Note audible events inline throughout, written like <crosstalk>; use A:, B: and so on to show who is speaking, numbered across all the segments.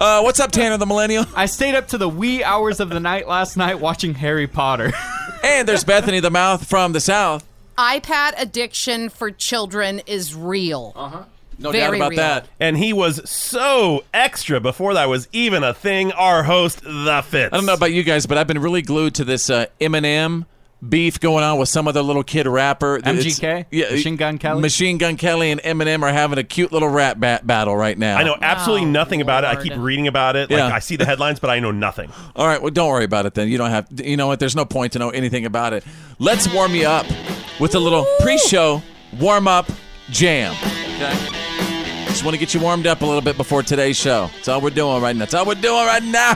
A: Uh, what's up, Tanner the Millennial?
B: I stayed up to the wee hours of the night last night watching Harry Potter. <laughs>
A: And there's Bethany the Mouth from the South.
C: iPad addiction for children is real.
A: Oh. No doubt
C: Very
A: about
C: real.
A: that.
D: And he was so extra before that was even a thing. Our host, the Fitz.
A: I don't know about you guys, but I've been really glued to this uh, Eminem beef going on with some other little kid rapper. It's-
B: MGK? Machine Gun Kelly?
A: Machine Gun Kelly and Eminem are having a cute little rap bat battle right now.
D: I know absolutely
C: Oh,
D: nothing about it. I
C: Lord.
D: keep reading about it.
A: Yeah.
D: Like I see the headlines, but I know nothing.
A: All right, well, don't worry about it then. You don't have. You know what? There's no point to know anything about it. Let's warm you up with a little pre-show warm-up jam. Okay. Just want to get you warmed up a little bit before today's show. That's all we're doing right now. That's all we're doing right
B: <laughs>
A: now.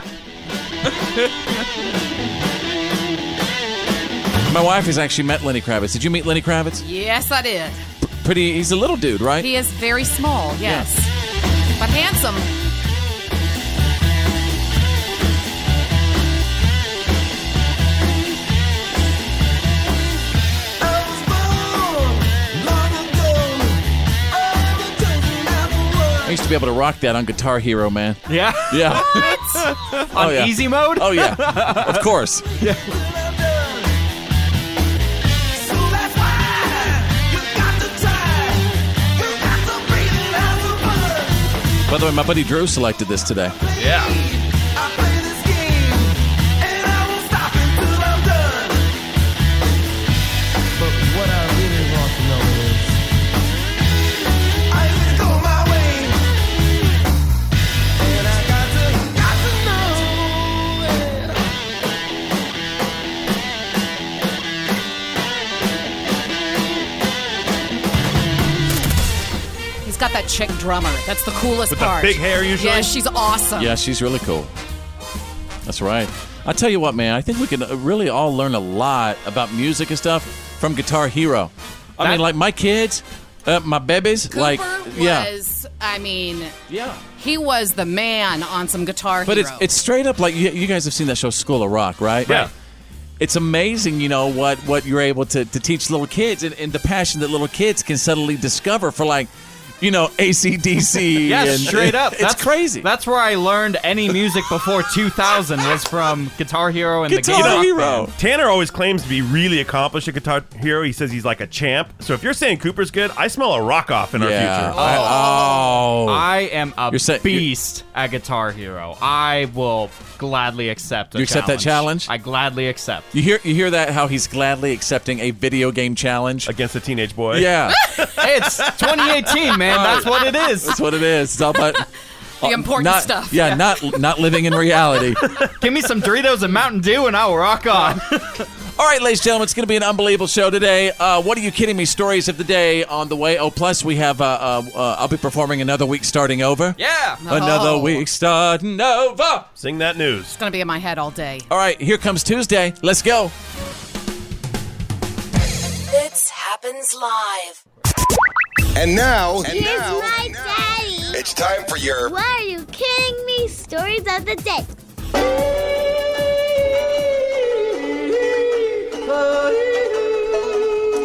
A: My wife has actually met Lenny Kravitz. Did you meet Lenny Kravitz?
C: Yes, I did.
A: Pretty. He's a little dude, right?
C: He is very small, yes. But handsome.
A: I used to be able to rock that on Guitar
B: <laughs>
A: Hero, man.
B: yeah?
A: Yeah. Oh,
B: On
A: yeah.
B: easy mode? <laughs>
A: Oh yeah, of course. By the way, my buddy Drew selected this today.
D: Yeah.
E: But what I really want to know is
C: He's got that chick drummer. That's the coolest
D: With the
C: part.
D: big hair usually?
C: Yeah, she's awesome.
A: Yeah, she's really cool. That's right. I tell you what, man, I think we can uh, really all learn a lot about music and stuff from Guitar Hero. I mean,
B: That-
A: like my kids, uh, my babies,
C: Cooper
A: like yeah,
C: was, I mean,
A: yeah.
C: he was the man on some guitar
A: But
C: hero.
A: it's it's straight up like you, you guys have seen that show School of Rock, right?
D: Yeah.
A: It's amazing, you know, what, what you're able to, to teach little kids and, and the passion that little kids can suddenly discover for, like, you know,
B: <laughs>
A: ACDC.
B: Yeah,
A: and, <laughs>
B: straight up.
A: It's crazy.
B: That's where I learned any music
A: <laughs>
B: before 2000 was from Guitar Hero and
A: Guitar
B: the Game Rock
A: Hero.
B: Band.
D: Tanner always claims to be really accomplished at Guitar Hero. He says he's like a champ. So if you're saying Cooper's good, I smell a rock off in our
A: yeah.
D: future.
A: I- oh.
B: I am a
A: You're sa- you're-
B: beast at Guitar Hero. I will gladly accept. A
A: You accept that challenge?
B: I gladly accept.
A: you hear you hear that how he's gladly accepting a video game challenge?
D: Against a teenage boy.
A: Yeah,
B: hey, it's 2018, man. That's what it is.
A: <laughs> that's what it is. It's all about
C: the <laughs> important
A: not,
C: stuff.
A: Yeah, not not living in reality.
B: Give me some Doritos and Mountain Dew, and I'll rock on.
A: All right, ladies and gentlemen, it's going to be an unbelievable show today. Uh, what are you kidding me? Stories of the day on the way. Oh, plus we have. Uh, uh, uh, I'll be performing another week starting over.
B: yeah.
A: Another
C: Oh.
A: week starting over. All
D: Sing that news.
C: It's gonna be in my head all day.
A: right, here comes Tuesday. Let's go.
F: Fits happens live.
G: And now,
H: Here's my daddy.
G: it's time for your
H: Why are you kidding me? Stories of the day.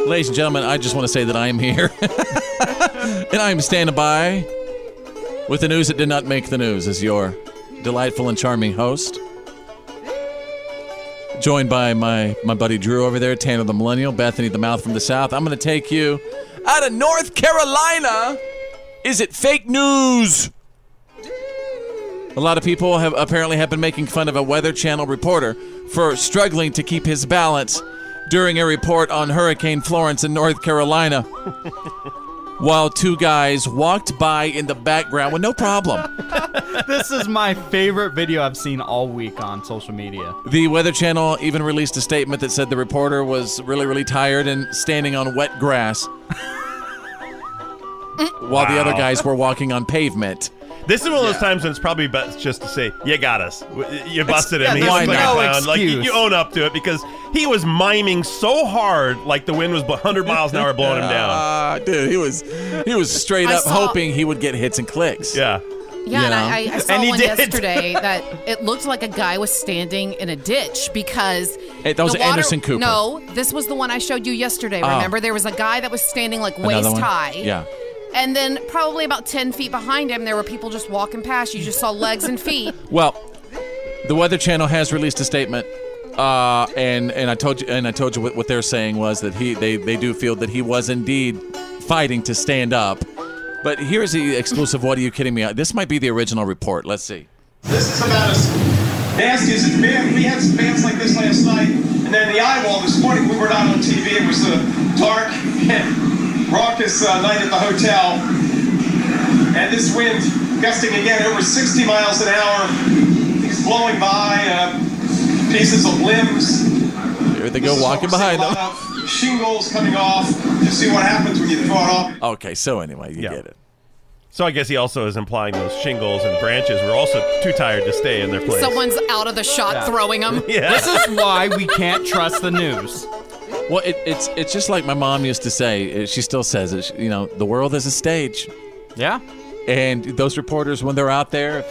A: Ladies and gentlemen, I just want to say that I am here. <laughs> and I am standing by with the news that did not make the news as your delightful and charming host. Joined by my, my buddy Drew over there, Tanner the Millennial, Bethany the Mouth from the South. I'm going to take you out of North Carolina. Is it fake news? A lot of people have apparently have been making fun of a Weather Channel reporter for struggling to keep his balance during a report on Hurricane Florence in North Carolina, while two guys walked by in the background with no problem.
B: <laughs> this is my favorite video I've seen all week on social media.
A: The Weather Channel even released a statement that said the reporter was really, really tired and standing on wet grass while the other
D: Wow.
A: guys were walking on pavement.
D: This is one of those times when it's probably best just to say, "You got us. W- You busted
A: yeah,
D: him.
A: there's
D: He's like
A: no
D: a clown." Like you,
A: excuse.
D: you own up to it because he was miming so hard, like the wind was 100 miles an hour blowing him
A: <laughs>
D: down.
A: Ah, dude, he was he was straight
C: I
A: up
C: saw-
A: hoping he would get hits and clicks.
D: Yeah.
C: Yeah, and I, I, I saw
A: And he
C: one
A: did. <laughs>
C: yesterday that it looked like a guy was standing in a ditch because
A: Hey, that was
C: the water-
A: Anderson Cooper.
C: No, this was the one I showed you yesterday.
A: Oh.
C: Remember, there was a guy that was standing like
A: Another
C: waist
A: one?
C: high.
A: Yeah.
C: And then probably about ten feet behind him, there were people just walking past. You just saw legs
A: <laughs>
C: and feet.
A: Well, the Weather Channel has released a statement, uh, and and I told you and I told you what, what they're saying was that he they they do feel that he was indeed fighting to stand up. But here's the exclusive. what are you kidding me? This might be the original report. Let's see.
I: This is about as nasty as it's been. We had some bands like this last night, and then the eyewall this morning. We were not on TV. It was a dark and raucous uh, night at the hotel, and this wind gusting again over 60 miles an hour. Things blowing by, uh, pieces of limbs.
A: Here they go walking behind them.
I: them. Shingles coming off. You see what happens when you throw it off.
A: Okay, so anyway, you get it.
D: So I guess he also is implying those shingles and branches were also too tired to stay in their place. <laughs>
C: Someone's out of the shot,
B: Yeah.
C: throwing him.
A: <laughs>
B: This is why we can't trust the news.
A: Well, it, it's it's just like my mom used to say. uh, She still says it. she- You know, the world is a stage.
B: Yeah.
A: And those reporters, when they're out there, if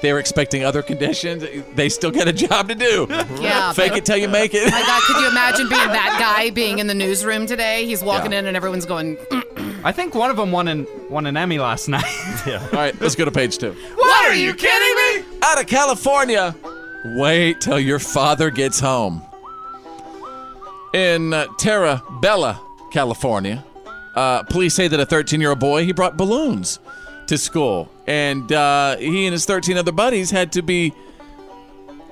A: they're expecting other conditions. They still got a job to do.
C: Yeah.
A: Fake it till you make it.
C: My God, could you imagine being that guy being in the newsroom today? He's walking in and everyone's going, "Mm,
B: I think one of them won an won an Emmy last <laughs> night.
D: yeah.
A: All right, let's go to page two.
C: What are you kidding
A: me? Out of California. Wait till your father gets home. In uh, Terra Bella, California, uh, police say that a 13-year-old boy he brought balloons to school, and uh, he and his 13 other buddies had to be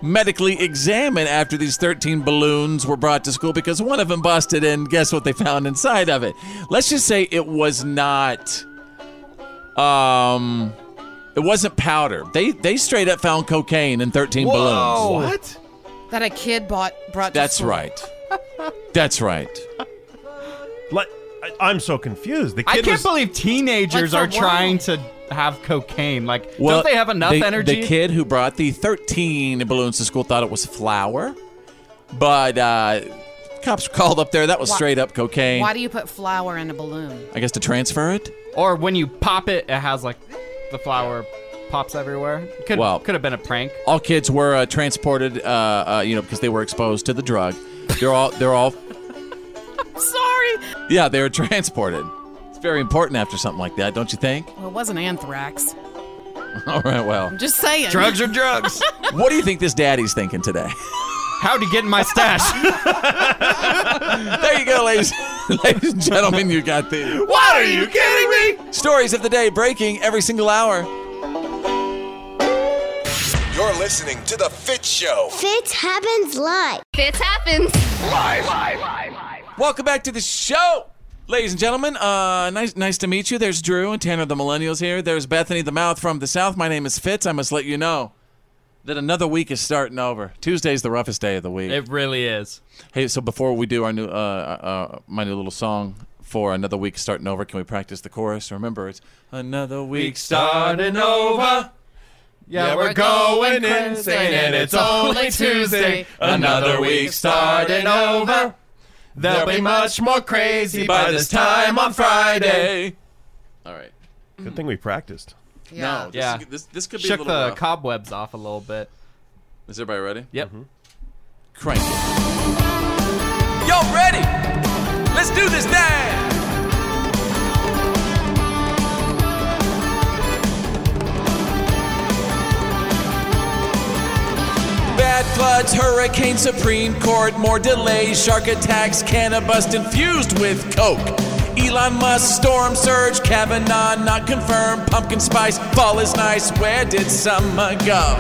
A: medically examined after these 13 balloons were brought to school because one of them busted, and guess what they found inside of it? Let's just say it was not. Um, it wasn't powder. They they straight up found cocaine in 13 balloons.
B: What?
C: That a kid bought brought. to
A: That's
C: school.
A: right. That's right.
D: Like, I, am so confused. The kid
B: I can't
D: was,
B: believe teenagers are
C: Like, for what?
B: trying to have cocaine. Like, don't they have enough
A: the-
B: energy?
A: The kid who brought the 13 balloons to school thought it was flour, but uh, cops were called up there. That was
C: Why-
A: straight up cocaine.
C: Why do you put flour in a balloon?
A: I guess to transfer it.
B: or when you pop it, it has like the flower pops everywhere. Could
A: Well-
B: could have been a prank.
A: All kids were uh, transported, uh, uh, you know, because they were exposed to the drug. They're all they're all
C: Sorry.
A: yeah they were <laughs> transported. It's very important after something like that, don't you think? <laughs>
C: Well, it wasn't anthrax.
A: All right, well.
C: I'm just saying.
B: Drugs are <laughs> drugs.
A: What do you think this daddy's thinking today? <laughs>
B: How to get in my stash?
A: There you go, ladies, <laughs> ladies and gentlemen. You got the
B: <laughs>
C: <laughs>
B: what are you kidding me?
A: stories of the day breaking every single hour.
G: You're listening to The Fit Show.
H: Fitz happens live.
J: Fits happens.
A: Welcome back to the show, ladies and gentlemen. Uh, nice, nice to meet you. There's Drew and Tanner, the millennials here. There's Bethany, the mouth from the south. My name is Fitz. I must let you know that another week is starting over. Tuesday's the roughest day of the week.
B: It really is.
A: hey, so before we do our new, uh, uh, my new little song for another week starting over, can we practice the chorus? Remember, it's another week starting over.
B: Yeah,
A: we're
B: going
A: insane and it's only Tuesday. Another week starting over. There'll be much more crazy by this time on Friday. All right.
D: Good thing we practiced.
C: Yeah.
A: No, this,
B: Yeah.
A: this, this could be a
B: Shook
A: little
B: the
A: rough.
B: cobwebs off a little bit.
A: Is everybody ready?
B: Yep.
A: Crank it. Y'all ready? Let's do this thing. Bad blood floods, hurricane, Supreme Court, more delays, shark attacks, cannabis infused with coke. Elon Musk, storm surge, Kavanaugh, not confirmed, pumpkin spice, fall is nice. Where did summer go?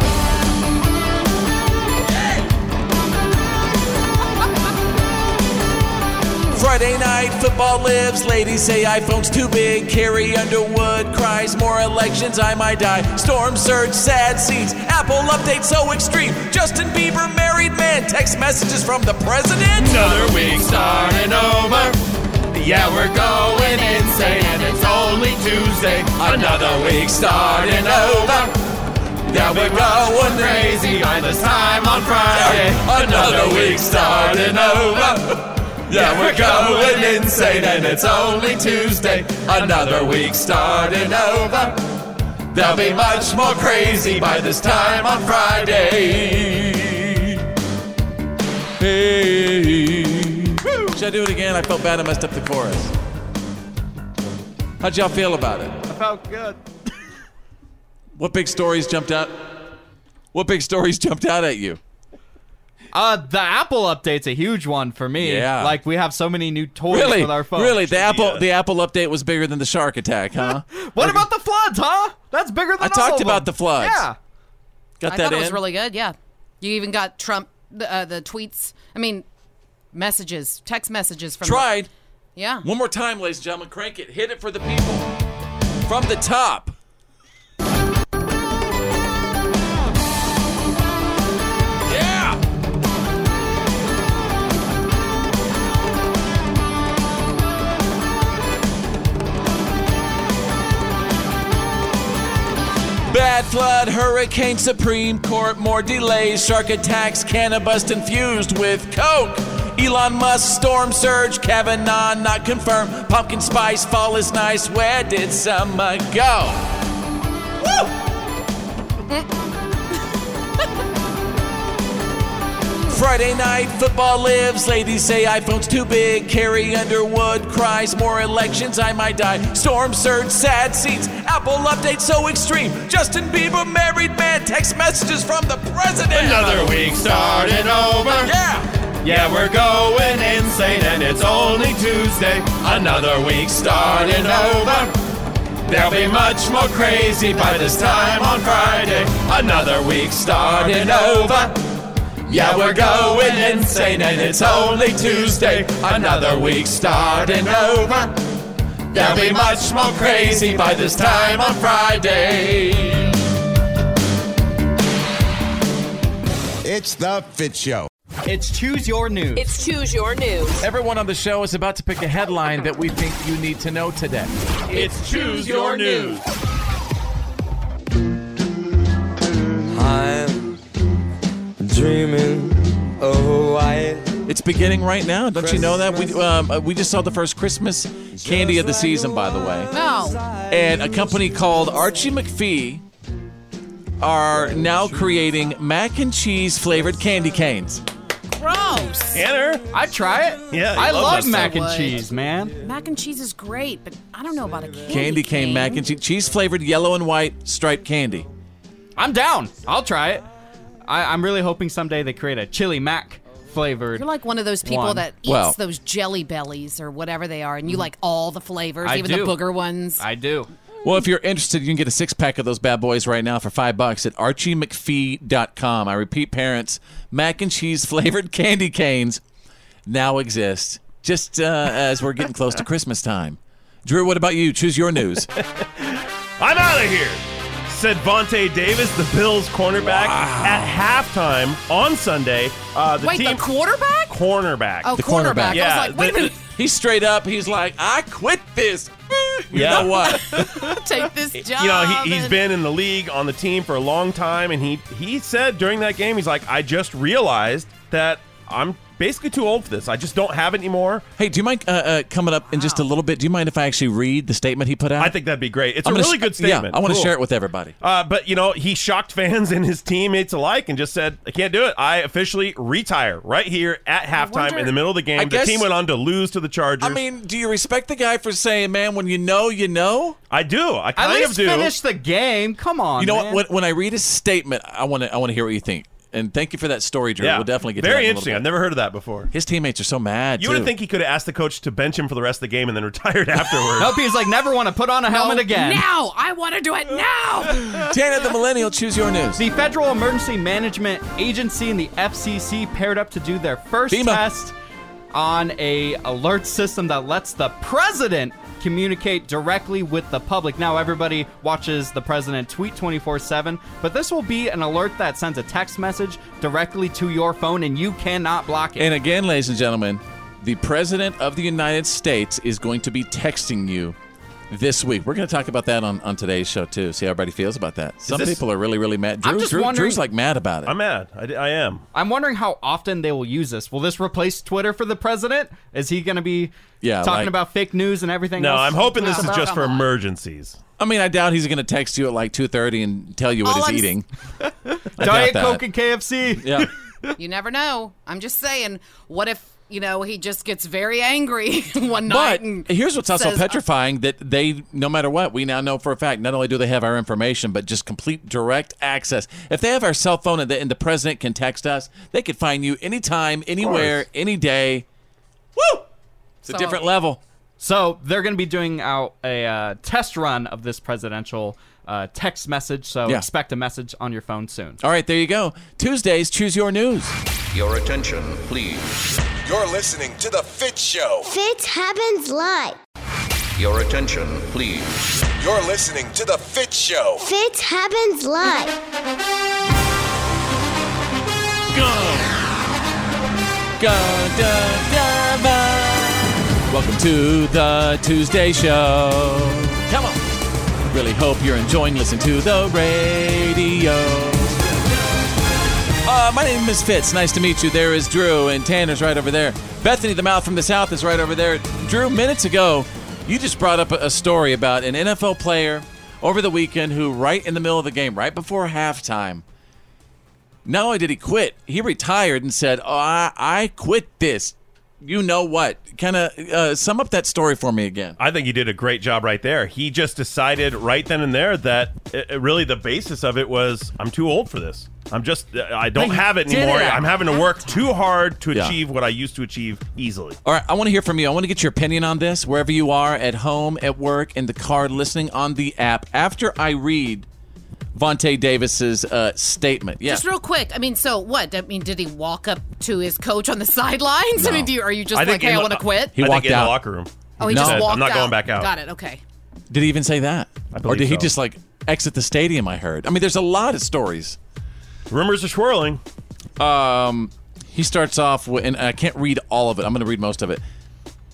A: Friday night, football lives. Ladies say iPhone's too big. Carrie Underwood cries, more elections, I might die. Storm surge, sad scenes. Apple update so extreme. Justin Bieber, married man. Text messages from the president.
K: Another week starting over. Yeah, we're going insane, and it's only Tuesday. Another week starting over. Yeah, we're going crazy on this time on Friday. Another week starting over. Yeah, we're going insane, and it's only Tuesday. Another week starting over. They'll be much more crazy by this time on Friday.
A: Hey. Should I do it again? I felt bad I messed up the chorus. How'd y'all feel about it?
B: I felt good.
A: What big stories jumped out? What big stories <laughs> jumped out at you?
B: Uh, the Apple update's a huge one for me.
A: Yeah.
B: Like we have so many new toys
A: Really,
B: with our phones.
A: really, the Apple the Apple update was bigger than the shark
B: <laughs>
A: attack, huh?
B: What about the floods, huh? That's bigger than
A: I
B: all
A: talked
B: of
A: about
B: them.
A: the floods.
B: Yeah.
A: Got
C: I
A: that
C: thought
A: in.
C: it was really good. Yeah, you even got Trump the, uh, the tweets. I mean, messages, text messages from. the-
A: Tried.
C: yeah.
A: One more time, ladies and gentlemen, crank it. Hit it for the people. From the top. Yeah! Bad flood, hurricane, Supreme Court, more delays, shark attacks, cannabis infused with coke. Elon Musk, storm surge, Kavanaugh, not confirmed, pumpkin spice, fall is nice. Where did summer go? Woo! Friday night, football lives. Ladies say iPhone's too big. Carrie Underwood cries, more elections, I might die. Storm surge, sad scenes. Apple update so extreme. Justin Bieber, married man, text messages from the president.
K: Another week starting over.
A: Yeah.
K: Yeah, we're going insane, and it's only Tuesday. Another week starting over. They'll be much more crazy by this time on Friday. Another week starting over. Yeah, we're going insane, and it's only Tuesday. Another week starting over. They'll be much more crazy by this time on Friday.
G: It's the Fit Show.
B: It's choose your news.
L: It's Choose Your News.
A: Everyone on the show is about to pick a headline that we think you need to know today.
K: It's Choose Your News.
A: I'm dreaming of Hawaii. It's beginning right now. Don't you know that? We um, uh, we just saw the first Christmas candy of the season, by the way.
C: No.
A: And a company called Archie McPhee are now creating mac and cheese flavored candy canes.
C: Gross.
D: Tanner,
B: I'd try it.
A: Yeah,
B: I
A: you love
B: love
A: that
B: mac
A: stuff.
B: and cheese, man.
C: Mac and cheese is great, but I don't know about a candy.
A: Candy cane mac and cheese, cheese flavored yellow and white striped candy.
B: I'm down. I'll try it. I, I'm really hoping someday they create a chili mac flavored.
C: You're like one of those people
B: One.
C: that eats
B: Well-
C: those jelly bellies or whatever they are, and you like all the flavors,
A: I
C: even
A: do.
C: the booger ones.
B: I do.
A: Well, if you're interested, you can get a six pack of those bad boys right now for five bucks at archiemcphee.com. I repeat, parents, mac and cheese flavored <laughs> candy canes now exist just uh, as we're getting close to Christmas time. Drew, what about you? Choose your
D: <laughs>
A: news.
D: I'm out of here, said Vontae Davis, the Bills cornerback, at halftime on Sunday. Uh, the
C: Wait, the
D: team,
C: quarterback?
D: Cornerback.
C: Oh, The cornerback. cornerback. I was
D: Yeah,
C: like, wait a
D: the-
C: minute. <laughs>
A: He's straight up. He's like, I quit this. <laughs> You
D: Yeah.
A: know what?
C: Take this job.
D: you know he, he's
C: and-
D: been in the league on the team for a long time and he he said during that game he's like i just realized that i'm basically too old for this i just don't have it anymore
A: Hey, do you mind uh, uh, coming up in just a little bit? Do you mind if I actually read the statement he put out?
D: i think that'd be great it's
A: I'm
D: a
A: gonna
D: really
A: sh-
D: good statement
A: Yeah, I want to
D: Cool.
A: share it with everybody.
D: uh, but you know he shocked fans <laughs> and his teammates alike and just said i can't do it i officially retire right here at halftime
A: wonder-
D: in the middle of the game
A: I
D: the
A: guess-
D: team went on to lose to the chargers
A: I mean, do you respect the guy for saying, "Man, when you know, you know"?
D: I do. I
B: At least finish the game. Come on.
A: you know
B: man.
A: what? When, when I read his statement, I want to. I want to hear what you think. and thank you for that story, Drew.
D: Yeah.
A: We'll definitely get to that in
D: Very
A: a little
D: interesting.
A: bit.
D: I've never heard of that before.
A: His teammates are so mad.
D: You would
A: too.
D: think he could have asked the coach to bench him for the rest of the game and then <laughs> retired afterwards.
B: nope, he's like never want to put on a helmet again.
C: Now I want to do it
A: <laughs>
C: now.
A: Tana the Millennial, choose your news.
B: The Federal Emergency Management Agency and the FCC paired up to do their first test on a alert system that lets the president communicate directly with the public. Now everybody watches the president tweet 24/7, but this will be an alert that sends a text message directly to your phone and you cannot block it.
A: And again, ladies and gentlemen, the President of the United States is going to be texting you this week. We're going to talk about that on, on today's show, too. See how everybody feels about that. Some
B: this-
A: people are really, really mad. Drew,
B: I'm just
A: Drew-
B: wondering-
A: Drew's like mad about it.
D: I'm mad. I, I am.
B: I'm wondering how often they will use this. Will this replace Twitter for the president? Is he going to be
A: Yeah,
B: talking
A: like-
B: about fake news and everything?
A: No,
B: else?
A: I'm hoping this is
B: Come
A: just for
B: on.
D: Emergencies.
A: I mean, I doubt he's going to text you at like 2.30 and tell you what
C: All
A: he's
C: I'm s-
A: eating. I
B: Diet Coke
A: doubt that.
B: and KFC.
A: Yeah.
C: you never know. I'm just saying. What if you know he just gets very angry <laughs> one <laughs> night?
A: But
C: and
A: here's what's also
C: says, uh,
A: petrifying that they, no matter what, we now know for a fact, not only do they have our information, but just complete direct access. If they have our cell phone and the, and the president can text us, they could find you anytime, anywhere, any day. Woo! It's a
B: So-
A: different level.
B: So they're going to be doing out a uh, test run of this presidential uh, text message. So
A: Yeah.
B: expect a message on your phone soon.
D: Oh,
A: All right, there you go. Tuesdays, choose your news.
L: Your attention, please.
G: You're listening to The Fit Show.
H: Fits happens live.
L: Your attention, please.
G: You're listening to The Fit Show.
H: Fits happens live.
A: Welcome to the Tuesday show. Come on. Really hope you're enjoying listening to the radio. Uh, my name is Fitz. Nice to meet you. There is Drew, and Tanner's right over there. Bethany, the mouth from the south, is right over there. Drew, minutes ago, you just brought up a a story about an NFL player over the weekend who, right in the middle of the game, right before halftime, not only did he quit, he retired and said, oh, I, I quit this. You know what? Kind of uh, sum up that story for me again.
D: I think he did a great job right there. He just decided right then and there that it, it really the basis of it was I'm too old for this. I'm just uh, I don't
A: But he
D: have it
A: did it
D: anymore.
A: at
D: I'm having to work too hard to
A: Yeah.
D: achieve what I used to achieve easily.
A: All right, I want to hear from you. I want to get your opinion on this wherever you are at home, at work, in the car, listening on the app. After I read Vontae Davis's uh, statement, yeah.
C: Just real quick. I mean, so what? I mean, did he walk up to his coach on the <laughs> sidelines? I mean, do you, are you just like, hey, I want to quit?
A: He walked
D: in the
A: out.
D: locker room.
C: Oh, he
A: No.
C: just
A: Said, "I'm
C: walked
A: not
C: out.
A: going back out."
C: Got it. Okay.
A: Did he even say that? or
D: believe
A: did he
D: so.
A: just like exit the stadium? I heard. I mean, there's a lot of stories.
D: Rumors are swirling.
A: Um, he starts off with, and I can't read all of it. I'm going to read most of it.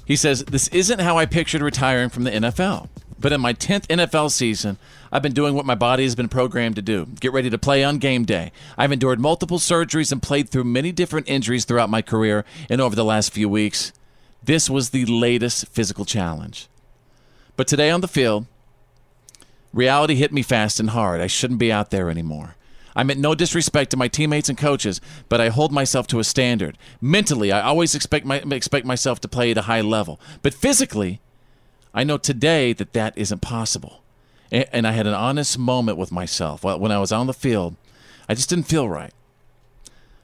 A: He says, This isn't how I pictured retiring from the NFL. But in my 10th NFL season, I've been doing what my body has been programmed to do get ready to play on game day. I've endured multiple surgeries and played through many different injuries throughout my career and over the last few weeks. This was the latest physical challenge. But today on the field, Reality hit me fast and hard. I shouldn't be out there anymore. I meant no disrespect to my teammates and coaches, but I hold myself to a standard. Mentally, I always expect, my, expect myself to play at a high level. But physically, I know today that that isn't possible. A- And I had an honest moment with myself Wh- when I was on the field. I just didn't feel right.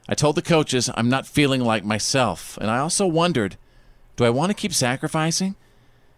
A: I told the coaches I'm not feeling like myself, and I also wondered do I want to keep sacrificing?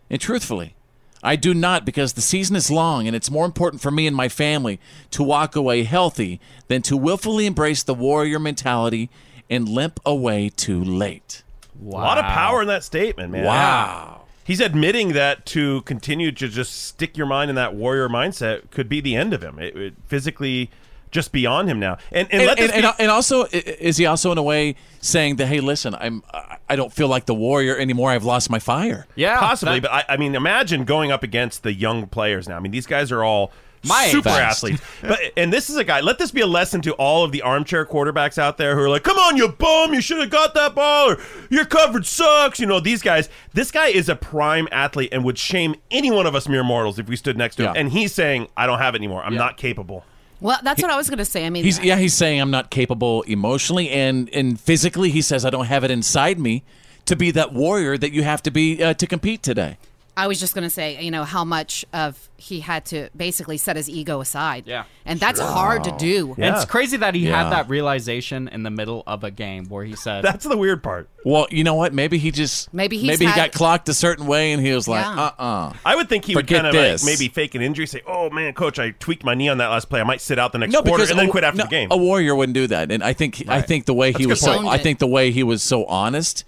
A: And truthfully, I do not because the season is long and it's more important for me and my family to walk away healthy than to willfully embrace the warrior mentality and limp away too late.
D: A lot of power in that statement, man.
A: Wow.
D: He's admitting that to continue to just stick your mind in that warrior mindset could be the end of him. It, it physically just beyond him now. And and,
A: And,
D: let this
A: and-
D: be-
A: and- and also, i- i- is he also in a way saying that, hey, listen, I'm, I- I don't feel like the warrior anymore. I've lost my fire.
B: Yeah,
D: possibly.
A: that-
D: but I, I mean, imagine going up against the young players now. I mean, these guys are all
A: My age.
D: super
A: Fast. <laughs>
D: athletes. But and this is a guy. Let this be a lesson to all of the armchair quarterbacks out there who are like, "Come on, you bum! You should have got that ball, or your coverage sucks." You know, these guys. This guy is a prime athlete and would shame any one of us mere mortals if we stood next to him.
A: Yeah.
D: And he's saying, "I don't have it anymore. I'm not capable."
C: Well, that's what I was gonna say. I mean,
A: He's yeah, he's saying I'm not capable emotionally and and physically. He says I don't have it inside me to be that warrior that you have to be uh, to compete today.
C: I was just going to say, you know, how much of he had to basically set his ego aside.
B: Yeah.
C: And that's hard to do.
B: And it's crazy that he
A: Yeah.
B: had that realization in the middle of a game where he said,
D: That's the weird part.
A: Well, you know what? Maybe he just
C: Maybe he's
A: maybe he
C: had-
A: got clocked a certain way, and he was like,
C: Yeah.
A: "Uh, uh
D: I would think he would
A: Forget
D: kind of like
A: this.
D: maybe fake an injury, say, "Oh man, coach, I tweaked my knee on that last play. I might sit out the next quarter and then
A: a-
D: quit after
A: no,
D: the game."
A: A warrior wouldn't do that, and I think I
D: Right.
A: think the way
D: That's
A: he
D: a
A: was
D: good
A: so
D: point.
A: I think the way he was so honest.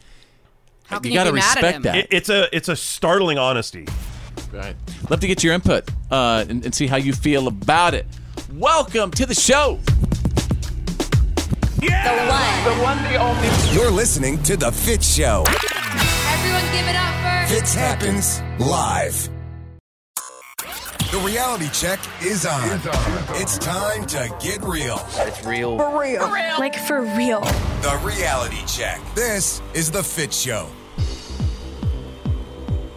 C: How
A: can you gotta be mad at respect him? that.
D: It- it's a it's a startling honesty.
A: Right. Love to get your input uh, and, and see how you feel about it. Welcome to the show.
F: The one, the one, the only.
M: You're listening to The Fit Show.
F: Everyone give it up for
M: Fits happens live. The reality check is on. It's time to get real. It's real.
N: For real. Like for real.
M: The reality check. This is The Fit Show.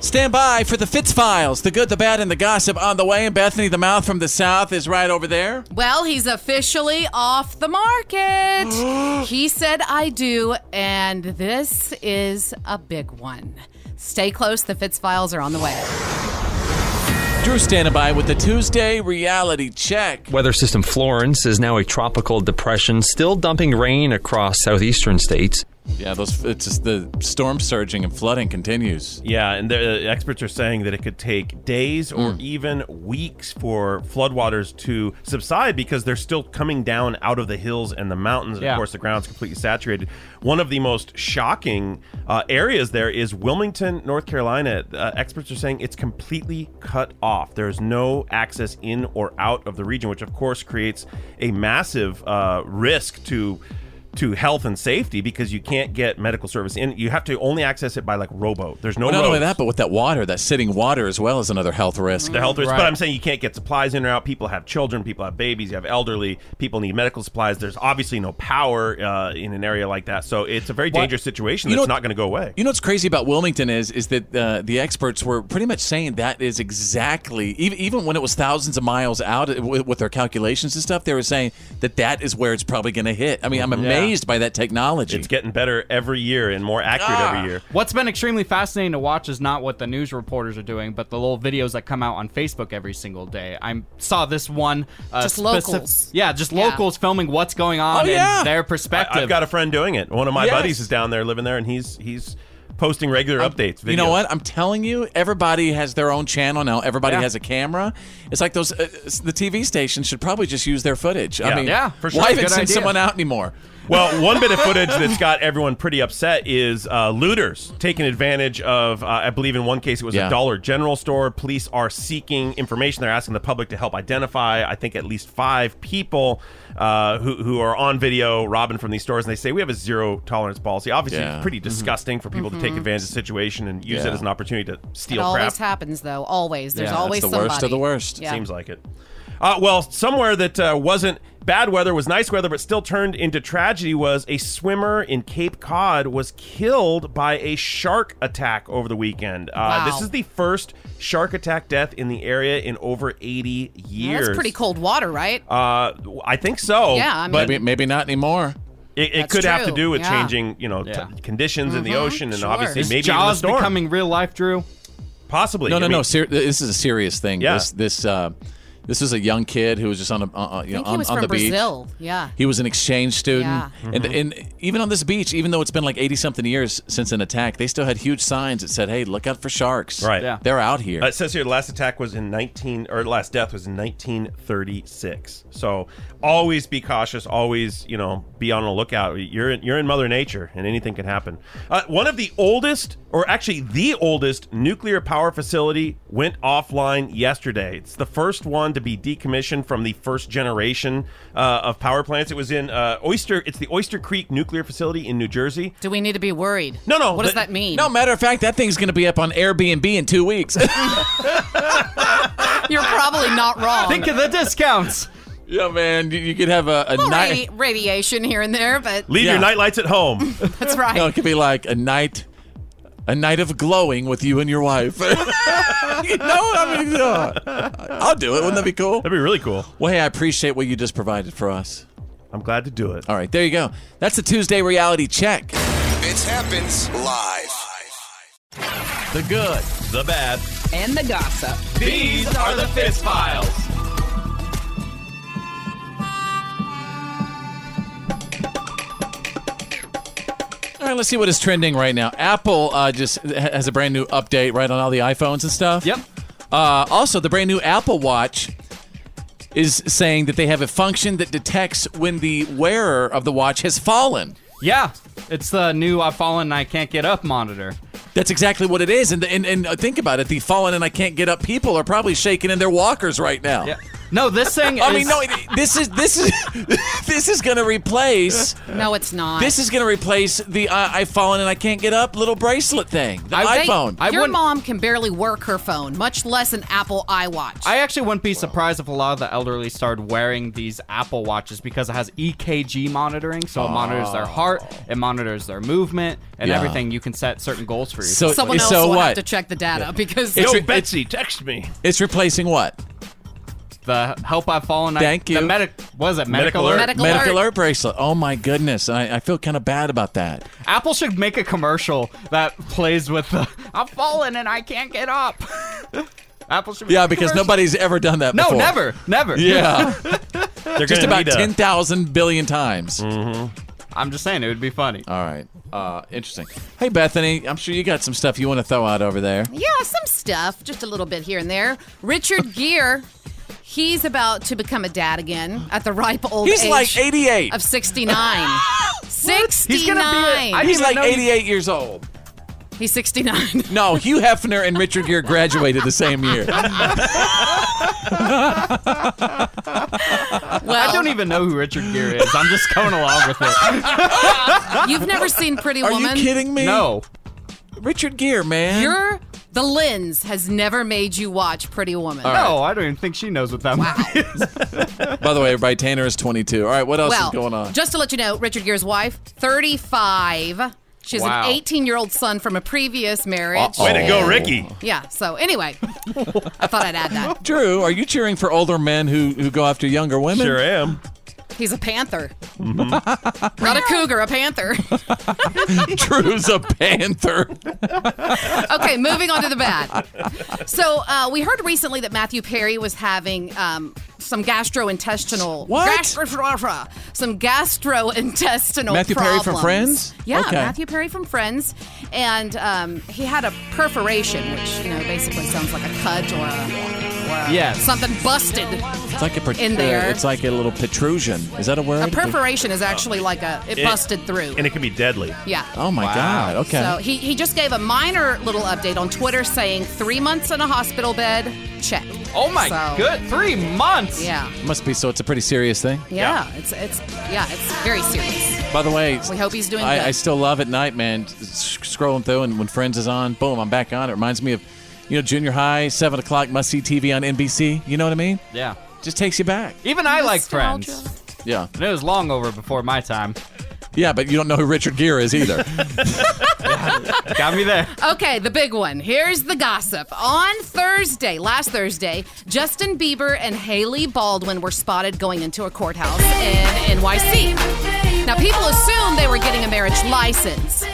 A: Stand by for the Fitz Files, the good, the bad, and the gossip on the way. And Bethany, the mouth from the south, is right over there.
C: Well, he's officially off
D: <gasps>
C: the market. he said, I do. And this is a big one. Stay close. The Fitz files are on the way.
A: Drew standing by with the Tuesday reality check.
O: Weather system Florence is now a tropical depression, still dumping rain across southeastern states.
A: Yeah, those it's just the storm surging and flooding continues.
D: Yeah, and the uh, experts are saying that it could take days or even weeks for floodwaters to subside because they're still coming down out of the hills and the mountains. And
B: Yeah.
D: Of course, the ground's completely saturated. One of the most shocking uh, areas there is Wilmington, North Carolina. Uh, experts are saying it's completely cut off. There is no access in or out of the region, which of course creates a massive uh, risk to to health and safety because you can't get medical service in. You have to only access it by like rowboat. There's no
A: Well, not
D: roads.
A: only that, but with that water, that sitting water as well is another health risk.
D: The health risk, but I'm saying you can't get supplies in or out. People have children, people have babies, you have elderly, people need medical supplies. There's obviously no power uh, in an area like that, so it's a very
A: What-
D: dangerous situation
A: You know
D: that's
A: what-
D: not going to go away.
A: You know what's crazy about Wilmington is is that uh, the experts were pretty much saying that is exactly even even when it was thousands of miles out uh, with, with their calculations and stuff, they were saying that that is where it's probably going to hit. I mean, I'm
D: Mhm. Yeah.
A: amazed by that technology.
D: It's getting better every year and more accurate
A: Ah,
D: every year.
B: What's been extremely fascinating to watch is not what the news reporters are doing, but the little videos that come out on Facebook every single day. I saw this one. Uh,
C: Just
B: specif-
C: locals.
B: yeah, just
C: Yeah.
B: locals filming what's going on and their perspective.
D: Oh, I, have got a friend doing it. One of my
B: Yes.
D: buddies is down there living there, and he's he's posting regular updates.
A: You know
D: videos.
A: what? I'm telling you, everybody has their own channel now. Everybody
D: Yeah.
A: has a camera. It's like those. Uh, s- the TV stations should probably just use their footage. I
D: Yeah.
A: mean,
D: Yeah, for sure.
A: Why even
D: Good
A: send
D: idea.
A: someone out anymore?
D: Well, one bit of footage that's got everyone pretty upset is uh, looters taking advantage of, uh, I believe in one case it was
A: Yeah.
D: a Dollar General store. Police are seeking information. They're asking the public to help identify, I think, at least five people uh, who, who are on video robbing from these stores. And they say we have a zero tolerance policy. Obviously,
A: Yeah. Mm-hmm.
D: it's pretty disgusting for people to take
C: Mhm.
D: advantage of the situation and use
A: Yeah.
D: it as an opportunity to steal
C: it
D: crap.
C: always happens, though. Always. There's
D: Yeah, that's
C: always
D: the
C: somebody.
D: worst of the worst.
C: Yeah.
D: Seems like it. Uh, well, somewhere that uh, wasn't bad weather was nice weather, but still turned into tragedy was a swimmer in Cape Cod was killed by a shark attack over the weekend. Uh,
C: Wow.
D: This is the first shark attack death in the area in over 80
C: Well,
D: years.
C: That's pretty cold water, right?
D: Uh, I think so.
C: Yeah, I mean-
D: but
C: Maybe-
A: maybe not anymore.
D: It, it
C: That's
D: could have to
C: true,
D: do with
C: yeah. Mm-hmm.
D: changing, you know, t- conditions in the ocean, and
B: Sure.
D: obviously
B: Is
D: maybe even the
B: Jaws
D: storm.
B: becoming real life, Drew.
D: Possibly.
A: No,
D: I
A: no,
D: mean-
A: no. Ser- this is a serious thing.
D: Yeah.
A: This, this, uh, this is a young kid who was just on a, uh, uh, you
C: I
A: know,
C: think he
A: on,
C: was
A: on
C: from
A: the beach.
C: Brazil. Yeah.
A: He was an exchange student,
C: Yeah.
A: and,
D: Mm-hmm.
A: and even on this beach, even though it's been like eighty something years since an attack, they still had huge signs that said, "Hey, look out for sharks!
D: Right. Yeah.
A: they're out here."
D: Uh, it says here the last attack was in 19 or last death was in 1936. So always be cautious. Always you know be on the lookout. You're in, you're in Mother Nature, and anything can happen. Uh, one of the oldest, or actually the oldest, nuclear power facility went offline yesterday. It's the first one to be decommissioned from the first generation uh, of power plants. It was in uh, Oyster. It's the Oyster Creek nuclear facility in New Jersey.
C: Do we need to be worried?
D: No, no.
C: What does
D: that-
C: that mean?
A: No, matter of fact, that thing's going to be up on Airbnb in two
C: <laughs>
A: weeks. <laughs>
C: You're probably
D: <laughs>
C: not wrong.
A: Think of
B: the discounts.
A: yeah, man, you, you could have a, a
C: Well,
A: night.
C: radi- radiation here and there, but
A: Yeah.
D: lights at home. <laughs>
C: That's right.
A: No, it could be like a night, a night of glowing with you and your wife. <laughs>
C: <laughs>
A: you know, I mean, yeah. I'll do it. Wouldn't that be cool? That'd
D: be really cool.
A: Well, hey, I appreciate what you just provided for us.
D: I'm glad to do it.
A: All right, there you go. That's the Tuesday reality check.
M: Fits happens live.
D: the good, the bad.
P: And the gossip.
K: These are the Fist Files.
A: All right, let's see what is trending right now. Apple uh, just ha- has a brand new update, right, on all the iPhones and stuff. Yep. Uh, also, the brand new Apple Watch is saying that they have a function that detects when the wearer of the watch has fallen.
B: Yeah, it's the new I've fallen and I can't get up monitor.
A: That's exactly what it is. And, and, and uh, think about it the fallen and I can't get up people are probably shaking in their walkers right now.
B: No, this thing.
A: <laughs> I
B: is-
A: mean, no, it- this is this is <laughs> this is going to replace.
C: No, it's not.
A: This is going to replace the uh, I've fallen and I can't get up little bracelet thing, the
C: They-
A: iPhone.
C: your mom can barely work her phone, much less an Apple iWatch.
B: I actually wouldn't be surprised if a lot of the elderly started wearing these Apple watches because it has EKG monitoring, so it monitors their heart, it monitors their movement, and
A: Oh. Yeah.
B: everything. You can set certain goals for
A: So-
B: yourself.
C: Someone else
A: so
C: will
A: what?
C: have to check the data because
D: text me.
A: It's replacing what?
B: The help I've fallen.
A: Thank you.
B: The medic was it medical, alert?
A: Medical, alert. bracelet. Oh my goodness, I, I feel kind of bad about that.
B: Apple should make a commercial that plays with the.
F: I've fallen and I can't get up.
B: <laughs> Apple should.
A: Yeah, because nobody's ever done that.
B: No,
A: before.
B: never, never.
D: <laughs>
A: Yeah,
B: They're
A: just
B: gonna
A: about
B: need Mm. a-
A: ten thousand billion
B: <laughs>
A: times.
B: I'm just saying it would be funny.
A: All right, uh, interesting. Hey, Bethany, I'm sure you got some stuff you want to throw out over there.
C: Yeah, some stuff, just a little bit here and there. Richard Gere, he's about to become a dad again at the ripe old
A: He's
C: age
A: like 88.
C: of 69.
A: <laughs>
C: 69.
A: He's gonna be a- I He's didn't even like know he- 88 years old.
C: He's 69.
A: <laughs> No, Hugh Hefner and Richard Gere graduated the same year.
B: I don't even know who Richard Gere is. I'm just going along with it.
C: You've never seen Pretty
A: Are you
C: Woman?
A: kidding me?
B: No.
A: Richard Gere, man.
C: You're the lens has never made you watch Pretty Woman.
B: No, I don't even think she knows what that movie is.
A: By the way, everybody, Tanner is 22. All right, what else
C: well,
A: is going on?
C: Just to let you know, Richard Gere's wife, 35. She has
A: Wow.
C: an 18 year old son from a previous marriage.
A: Uh-oh. Way to go, Ricky.
D: Oh.
C: Yeah,
A: <laughs>
C: so anyway, I thought I'd add that.
A: Drew, are you cheering for older men who, who go after younger women?
D: Sure am.
C: He's a panther.
A: Mm-hmm.
C: Not a cougar, a panther.
A: <laughs> Drew's a panther.
C: okay, moving on to the bad. So uh, we heard recently that Matthew Perry was having um, some gastrointestinal.
A: What?
C: Gastro- some gastrointestinal.
A: Matthew Perry from
C: problems.
A: Friends?
C: Yeah,
A: Okay.
C: Matthew Perry from Friends, and um, he had a perforation, which you know basically sounds like a cut or a, or a-
A: Yes.
C: something busted.
A: It's like a per-
C: in there.
A: uh, it's like a little protrusion. Is that a word?
C: a perforation is actually like a it,
A: It-
C: busted through.
D: And it can be deadly.
C: yeah.
A: Oh my God. Okay.
C: So he, he just gave a minor little update on Twitter saying three months in a hospital bed, check.
B: Oh my
C: So-
B: good, three months.
C: Yeah.
A: Must be so. It's a pretty serious thing.
C: Yeah, it's it's yeah, it's very serious.
A: By the way,
C: We hope he's doing
A: I,
C: good.
A: I still love at night, man. s- Scrolling through, and when Friends is on, boom, I'm back on. It reminds me of, you know, junior high, seven o'clock, must see TV on NBC. You know what I mean?
B: Yeah.
A: Just takes you back.
B: Even I like
A: Nostalgia.
B: Friends.
A: Yeah.
B: And it was long over before my time.
A: Yeah, but you don't know who Richard Gere is either.
B: Got me
C: <laughs>
B: there.
C: Okay, the big one. Here's the gossip. On Thursday, last Thursday, Justin Bieber and Haley Baldwin were spotted going into a courthouse in NYC. Now, people assumed they were getting a marriage license.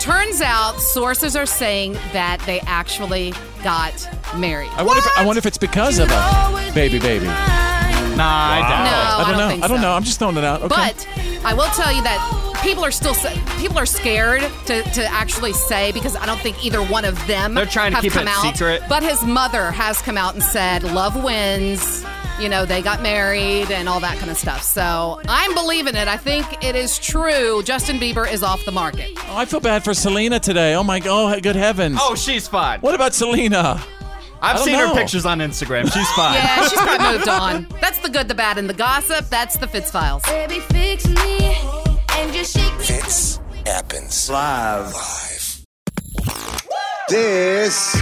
C: Turns out, sources are saying that they actually got married.
A: I wonder, if, I wonder if it's because of a baby, baby. Nah,
B: I
C: doubt it. No, I
A: I don't
C: Oh, don't
A: know.
C: think
A: I don't
C: so.
A: know. I'm just throwing it out. Okay.
C: But I will tell you that people are still people are scared to, to actually say because I don't think either one of them
B: They're trying to
C: have
B: keep
C: come
B: it
C: out.
B: secret.
C: But his mother has come out and said love wins. You know they got married and all that kind of stuff. So I'm believing it. I think it is true. Justin Bieber is off the market.
A: Oh, I feel bad for Selena today. Oh my god! Oh, good heavens.
B: Oh, she's fine.
A: What about Selena?
B: I've
A: I don't
B: seen
A: know.
B: her pictures on Instagram. She's fine.
C: Yeah, she's
A: <laughs>
C: probably moved on. That's the good, the bad, and the gossip. That's the Fitz Files.
N: Baby, fix me and just shake me.
M: Fits happens live. This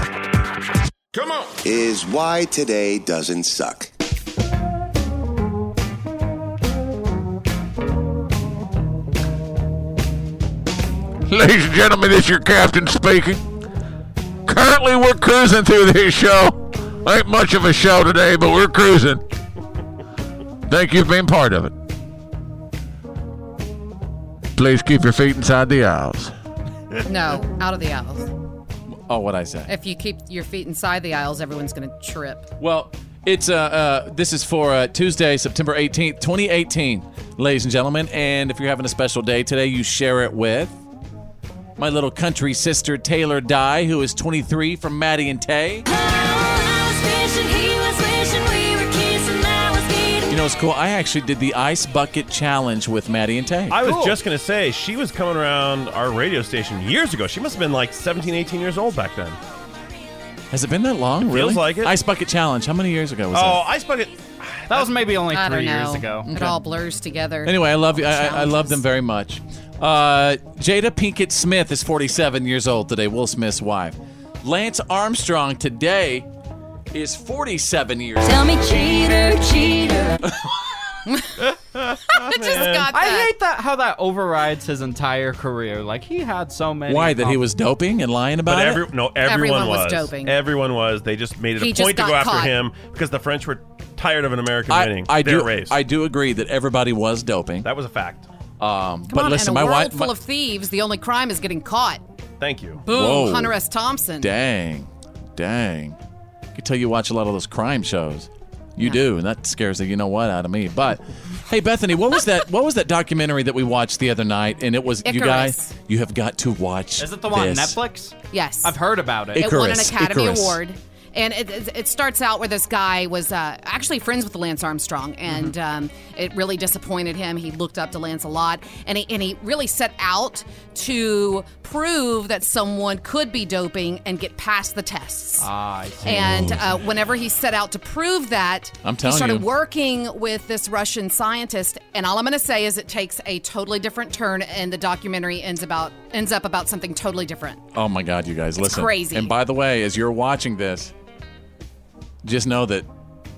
K: Come on.
M: is why today doesn't suck.
K: Ladies and gentlemen, this is your captain speaking. Currently, we're cruising through this show. Ain't much of a show today, but we're cruising. Thank you for being part of it. Please keep your feet inside the aisles.
C: No, out of the aisles.
A: Oh, what I say.
C: If you keep your feet inside the aisles, everyone's going to trip.
A: Well, it's uh, uh this is for uh, Tuesday, September 18th, 2018, ladies and gentlemen. And if you're having a special day today, you share it with my little country sister Taylor Dye, who is 23 from Maddie and Tay. You know, it's cool. I actually did the ice bucket challenge with Maddie and Tay.
D: I was just going to say, she was coming around our radio station years ago. She must have been like 17, 18 years old back then.
A: Has it been that long? really?
D: Feels like it.
A: Ice bucket challenge. How many years ago was
D: oh, Ice Bucket.
B: That, was maybe only
C: <laughs> I don't know. Mm. It all blurs together.
A: that? Anyway,
C: <laughs>
A: I love you. I, I- I love them very much. Uh, Jada Pinkett Smith is 47 years old today. Will Smith's wife. Lance Armstrong today is 47 years. old.
N: Tell me, cheater, cheater.
C: I just got
B: I
C: that.
B: hate that how that overrides his entire career. Like he had so many.
A: Why that he was doping and lying about
D: but
A: it?
D: every, No, everyone,
B: Everyone was
D: was.
B: doping.
D: Everyone was. They just made it
B: He
D: a
B: just
D: point to
B: got
D: go after
B: caught.
D: him because the French were tired of an American winning
A: I
D: their
A: do.
D: race.
A: I do agree that everybody was doping.
D: That was a fact.
A: Um,
C: Come
A: but
C: on,
A: listen,
C: in
A: my
C: a world
A: wife.
C: full
A: my-
C: of thieves, the only crime is getting caught.
D: Thank you.
C: Boom,
A: Whoa.
C: Hunter S. Thompson.
A: Dang, dang. I could tell you watch a lot of those crime shows. You do, and that scares the you know what out of me. But hey, Bethany, what was that? What was that documentary that we watched the other night? And it was you
C: Icarus.
A: guys. You have got to watch.
B: Is it the one on
A: this.
B: Netflix?
C: Yes.
B: I've heard about it.
C: It won an
A: Icarus,
C: Academy
A: Icarus.
C: Award. And it, it, it starts out where this guy was uh, actually friends with Lance
A: Mm-hmm.
C: Armstrong, and um, it really disappointed him. He looked up to Lance a lot, and he, and he really set out to prove that someone could be doping and get past the tests.
B: Ah, I see.
C: And uh, whenever he set out to prove that,
A: I'm telling
C: he started
A: you.
C: working with this Russian scientist. And all I'm going to say is it takes a totally different turn, and the documentary ends about ends up about something totally different.
A: Oh my God, you guys, listen.
C: crazy.
A: And by the way, as you're watching this, just know that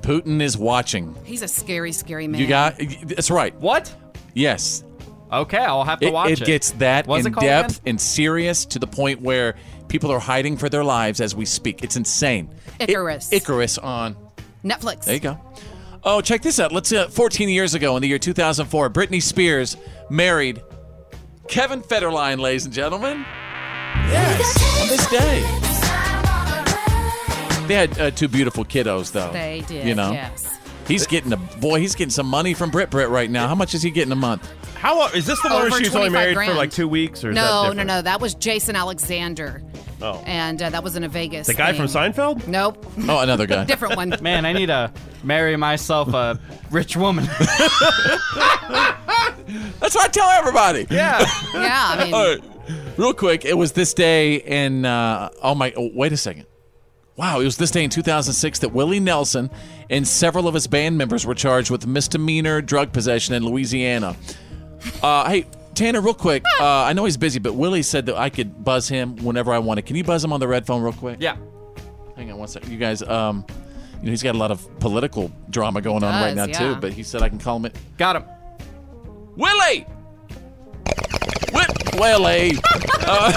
A: Putin is watching.
C: He's a scary, scary man.
A: You got that's right.
B: What?
A: Yes.
B: Okay, I'll have to
A: It,
B: watch
A: it
B: it.
A: gets that
B: What's
A: in
B: it called
A: depth
B: again?
A: and serious to the point where people are hiding for their lives as we speak. It's insane. I-
C: Icarus.
A: Icarus on.
C: Netflix.
A: There you go. Oh, check this out. Let's. Uh, 14 years ago, in the year 2004, Britney Spears married Kevin Federline, ladies and gentlemen. Yes. On this day. They had uh, two beautiful kiddos, though.
C: They did.
A: You know.
C: Yes.
A: He's getting a boy. He's getting some money from Brit Brit right now. How much is he getting a month?
D: How long is this the one where
C: Over
D: she was only
C: 25
D: married
C: grand.
D: for like two weeks? Or is that
C: No, no,
D: different?
C: no. That was Jason Alexander.
D: Oh.
C: And uh, that was in a Vegas.
D: The guy from
C: thing.
D: Seinfeld?
C: Nope.
A: <laughs> Oh, another
B: <laughs>
D: <laughs>
C: Different one.
B: Man, I need to marry myself a rich
K: <laughs>
B: woman.
A: That's what I tell everybody.
B: Yeah.
C: Yeah, I mean-
A: All right. Real quick, it was this day in. Uh, oh my! Oh, wait a second. Wow, it was this day in 2006 that Willie Nelson and several of his band members were charged with misdemeanor drug possession in Louisiana. Uh, hey, Tanner, real quick. Uh, I know he's busy, but Willie said that I could buzz him whenever I wanted. Can you buzz him on the red phone real quick?
B: <laughs> Yeah.
A: Hang on one second, you guys. Um, you know he's got a lot of political drama going on right now
B: does, yeah.
A: too. But he said I can call him it.
B: Got him.
A: Willie! Whip, Willie! Uh,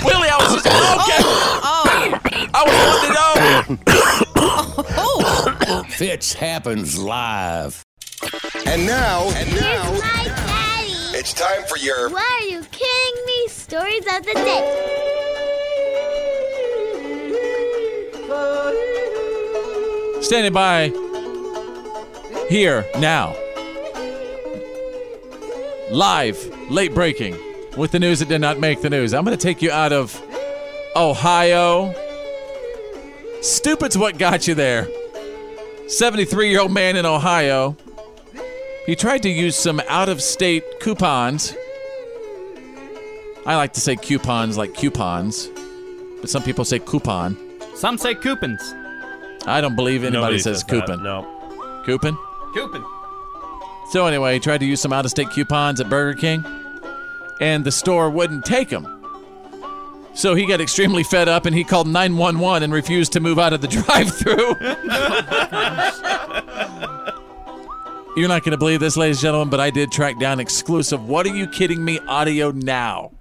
A: <laughs> Willie, I was just. Okay! I was on Oh.
C: the
P: dog! Fitz happens live.
M: And now, and now,
P: It's time for your.
H: Why are you kidding me? Stories of the day.
A: Standing by. Here, now. Live, late breaking, with the news that did not make the news. I'm going to take you out of Ohio. Stupid's what got you there. 73 year old man in Ohio. He tried to use some out of state coupons. I like to say coupons like coupons, but some people say coupon.
B: Some say coupons.
A: I don't believe anybody
D: Nobody
A: says
D: says that,
A: coupon.
D: No.
A: Coupon?
B: Coupon.
A: So anyway, he tried to use some out-of-state coupons at Burger King, and the store wouldn't take them. So he got extremely fed up and he called 911 and refused to move out of the <laughs> drive-through. You're not going to believe this, ladies and gentlemen, but I did track down exclusive. What are you kidding me? Audio now.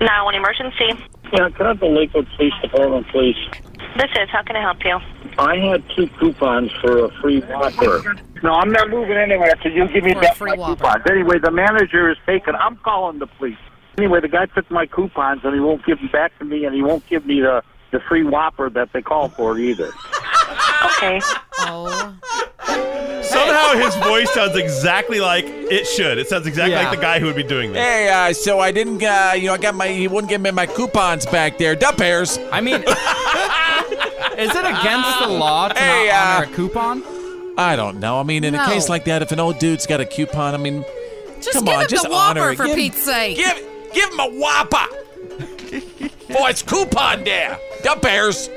Q: Now, an emergency.
R: Yeah, can I have the Lakewood Police Department, please?
Q: This is. How can I help you?
R: I had two coupons for a free Whopper. No, I'm not moving anywhere until you give me
Q: For a
R: back
Q: free
R: my coupons. Anyway, the manager is taken. I'm calling the police. Anyway, the guy took my coupons and he won't give them back to me, and he won't give me the the free Whopper that they call for either.
Q: Okay.
C: Oh.
D: Somehow his voice sounds exactly like it should. It sounds exactly
A: Yeah.
D: like the guy who would be doing this.
A: Hey, uh, so I didn't, uh, you know, I got my, he wouldn't give me my coupons back there. Dump hairs.
B: I
K: <laughs>
B: mean, Is it against the law to
A: Hey,
B: not
A: uh,
B: honor a coupon?
A: I don't know. I mean, in a
B: No.
A: case like that, if an old dude's got a coupon, I mean,
C: Just
A: come
C: give
A: on,
C: him
A: just
C: the
A: honor
C: Whopper
A: it.
C: for
A: Give-
C: Pete's sake.
A: Give, give him a Whopper for its coupon there. Dump hairs.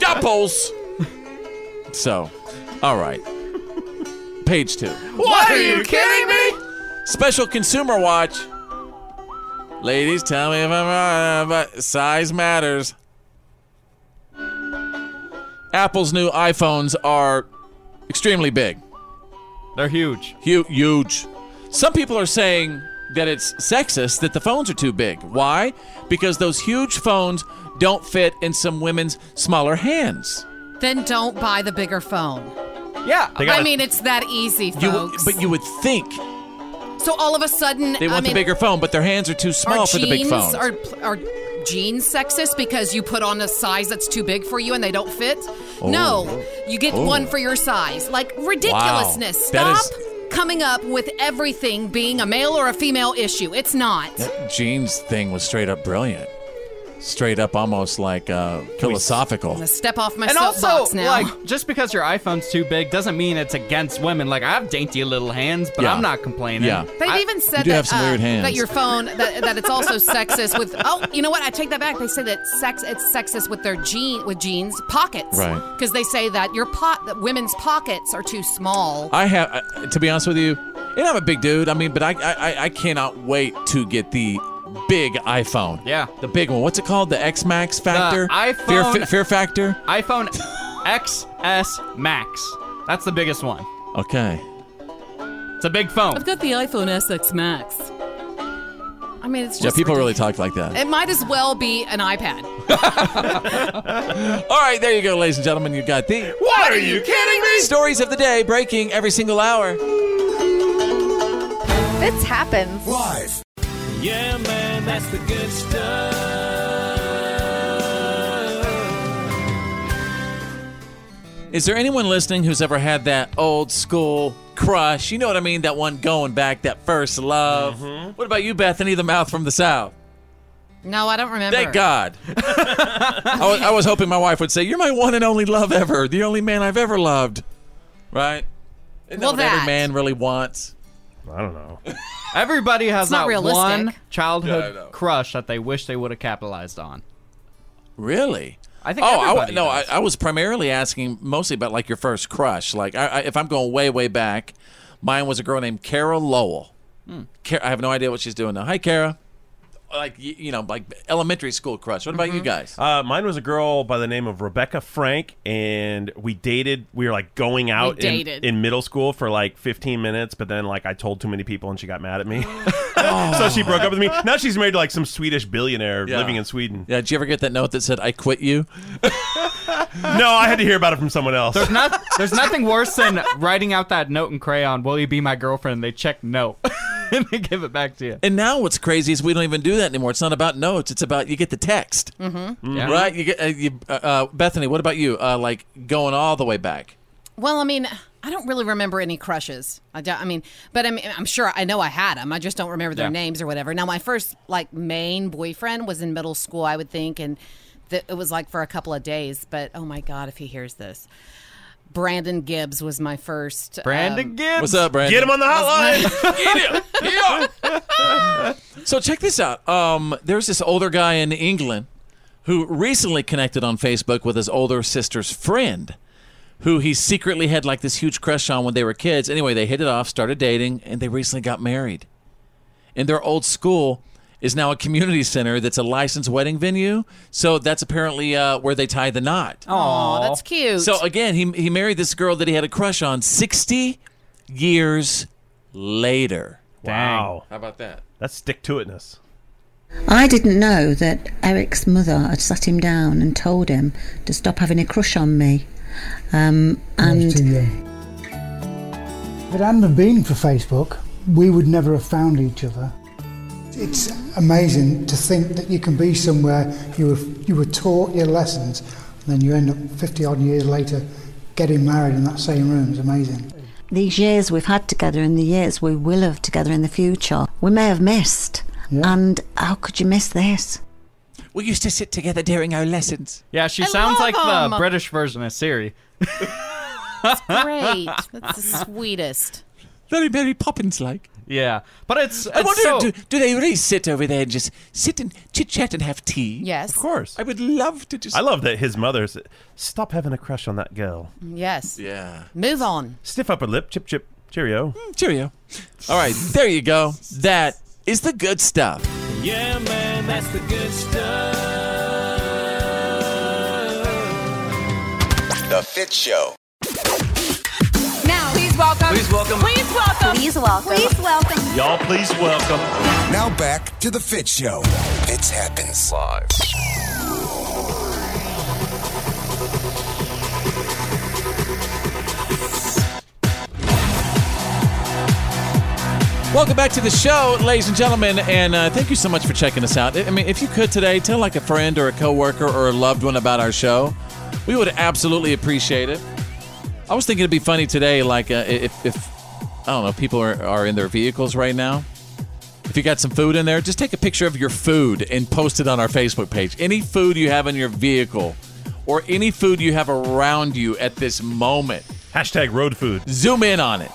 A: Doubles. So, all right. Page two.
K: What are you kidding me?
A: Special consumer watch. Ladies, tell me if I'm wrong, but size matters. Apple's new iPhones are extremely big.
B: They're huge.
A: Huge. Huge. Some people are saying that it's sexist that the phones are too big. Why? Because those huge phones don't fit in some women's smaller hands.
C: Then don't buy the bigger phone.
B: Yeah.
A: They gotta-
C: I mean, it's that easy,
A: You would,
C: folks.
A: but you would think
C: so all of a sudden,
A: they
C: I
A: want
C: mean,
A: the bigger phone, but their hands are too small
C: are
A: for the big
C: jeans-
A: phone.
C: Are, are jeans sexist because you put on a size that's too big for you and they don't fit?
A: Oh.
C: No, you get
A: Oh.
C: one for your size. Like ridiculousness.
A: That
C: Stop
A: is-
C: coming up with everything being a male or a female issue. It's not.
A: That jeans thing was straight up brilliant. Straight up almost like uh,
C: I'm
A: philosophical.
C: gonna step off my
B: and also,
C: soapbox now.
B: like, just because your iPhone's too big doesn't mean it's against women. Like, I have dainty little hands, but
A: Yeah.
B: I'm not complaining.
A: Yeah.
C: They've even said
A: You do
C: that, uh,
A: have some weird hands.
C: that your phone that, that it's also sexist with oh you know what I take that back they say that sex it's sexist with their jean with jeans pockets
A: Right.
C: because they say that your pot that women's pockets are too small
A: I have, uh, to be honest with you, and I'm a big dude. I mean, but I, I, I- I cannot wait to get the big iPhone.
B: Yeah.
A: The big one. What's it called? The X Max Factor? Fear,
B: iPhone-
A: Fe- Fear Factor?
B: iPhone XS Max. That's the biggest one.
A: Okay.
B: It's a big phone.
C: got the iPhone SX Max I mean it's
A: Yeah,
C: just
A: people really talk like that.
C: it might as well be an iPad
A: All right, there you go, ladies and gentlemen. You've got the
K: What are you kidding me?
A: Stories of the day breaking every single hour.
S: Fitz happens.
M: Live.
K: Yeah, man, that's the good stuff.
A: Is there anyone listening who's ever had that old school crush? You know what I mean? That one going back, that first love. What about you, Bethany, the mouth from the South?
C: no I don't remember
B: <laughs>
A: Thank God. I, was, I was hoping my wife would say, You're my one and only love ever, the only man I've ever loved. Right? Isn't
C: Well,
A: that what
C: that.
A: every man really wants?
D: I don't know.
B: Everybody has
C: It's not
B: that
C: realistic.
B: one
A: Yeah, I
B: childhood
A: know.
B: crush that they wish they would have capitalized on.
A: Really?
B: I think
A: Oh, I,
B: everybody
A: w- no, I,
B: does.
A: I was primarily asking mostly about like your first crush. Like, I, I, if I'm going way, way back, mine was a girl named Kara Lowell.
B: Hmm.
A: Kara, I have no idea what she's doing now. Hi, Kara. Like y- you know, like elementary school crush. What
B: Mm-hmm.
A: about you guys?
D: Uh, mine was a girl by the name of Rebecca Frank, and we dated. We were like going out in,
K: dated.
D: in middle school for like 15 minutes, but then like I told too many people, and she got mad at me, <laughs> so she broke up with me. Now she's married to like some Swedish billionaire
A: Yeah.
D: living in Sweden.
A: Yeah, did you ever get that note that said "I quit you"?
D: No, I had to hear about it from someone else.
B: There's not. There's nothing worse than writing out that note in crayon. Will you be my girlfriend? They check no, <laughs> and they give it back to you.
A: And now what's crazy is we don't even do that anymore. It's not about notes. It's about you get the text,
C: mm-hmm.
A: right? You get uh, you, uh, uh, Bethany. What about you? Uh, like going all the way back?
C: Well, I mean, I don't really remember any crushes. I, don't- I mean, but I mean, I'm sure I know I had them. I just don't remember their
A: Yeah.
C: names or whatever. Now, my first like main boyfriend was in middle school, I would think, and th- it was like for a couple of days. But oh my god, if he hears this, Brandon Gibbs was my first.
B: Brandon
C: um,
B: Gibbs.
A: What's up, Brandon?
D: Get him on the <laughs> hotline.
A: So check this out. Um, there's this older guy in England who recently connected on Facebook with his older sister's friend, who he secretly had like this huge crush on when they were kids. Anyway, they hit it off, started dating, and they recently got married. And their old school is now a community center that's a licensed wedding venue. So that's apparently uh, where they tie the knot.
C: Aw, Oh, that's cute.
A: So
D: uh,
A: again, he he married this girl that he had a crush on 60 years later.
D: Wow.
A: How about that?
D: That's stick to itness.
T: I didn't know that Eric's mother had sat him down and told him to stop having a crush on me. Um, and
U: If it hadn't have been for Facebook, we would never have found each other.
V: It's amazing to think that you can be somewhere you were, you were taught your lessons, and then you end up 50 odd years later getting married in that same room. It's amazing.
T: These years we've had together and the years we will have together in the future, we may have missed. And how could you miss this?
A: We used to sit together during our lessons.
B: Yeah, she
A: I
B: sounds like
A: love
B: the
A: him.
B: British version of Siri.
C: Great. That's the sweetest.
A: Very, very Poppins like.
B: Yeah, but it's.
A: I
B: it's
A: wonder,
B: so-
A: do, do they really sit over there and just sit and chit chat and have tea?
C: Yes.
A: Of course. I would love to just.
D: I love that his mother said, Stop having a crush on that girl.
C: Yes.
A: Yeah.
C: Move on.
D: <laughs> Stiff upper lip, chip chip, cheerio.
A: Mm, Cheerio. All right, there you go. That is the good stuff.
K: Yeah, man, that's the good stuff.
M: The Fit Show.
C: Now, please welcome.
M: Please welcome.
C: Please welcome.
H: Please welcome. Please welcome.
M: Y'all, please welcome. Now back to The Fit Show. Fits happens live.
A: Welcome back to the show, ladies and gentlemen, and uh, thank you so much for checking us out. I I mean, if you could today, tell like a friend or a coworker or a loved one about our show. We would absolutely appreciate it. I was thinking it'd be funny today, like uh, if, if I don't know, people are, are in their vehicles right now. If you got some food in there, just take a picture of your food and post it on our Facebook page. Any food you have in your vehicle, or any food you have around you at this moment.
D: Hashtag road food.
A: Zoom in on it.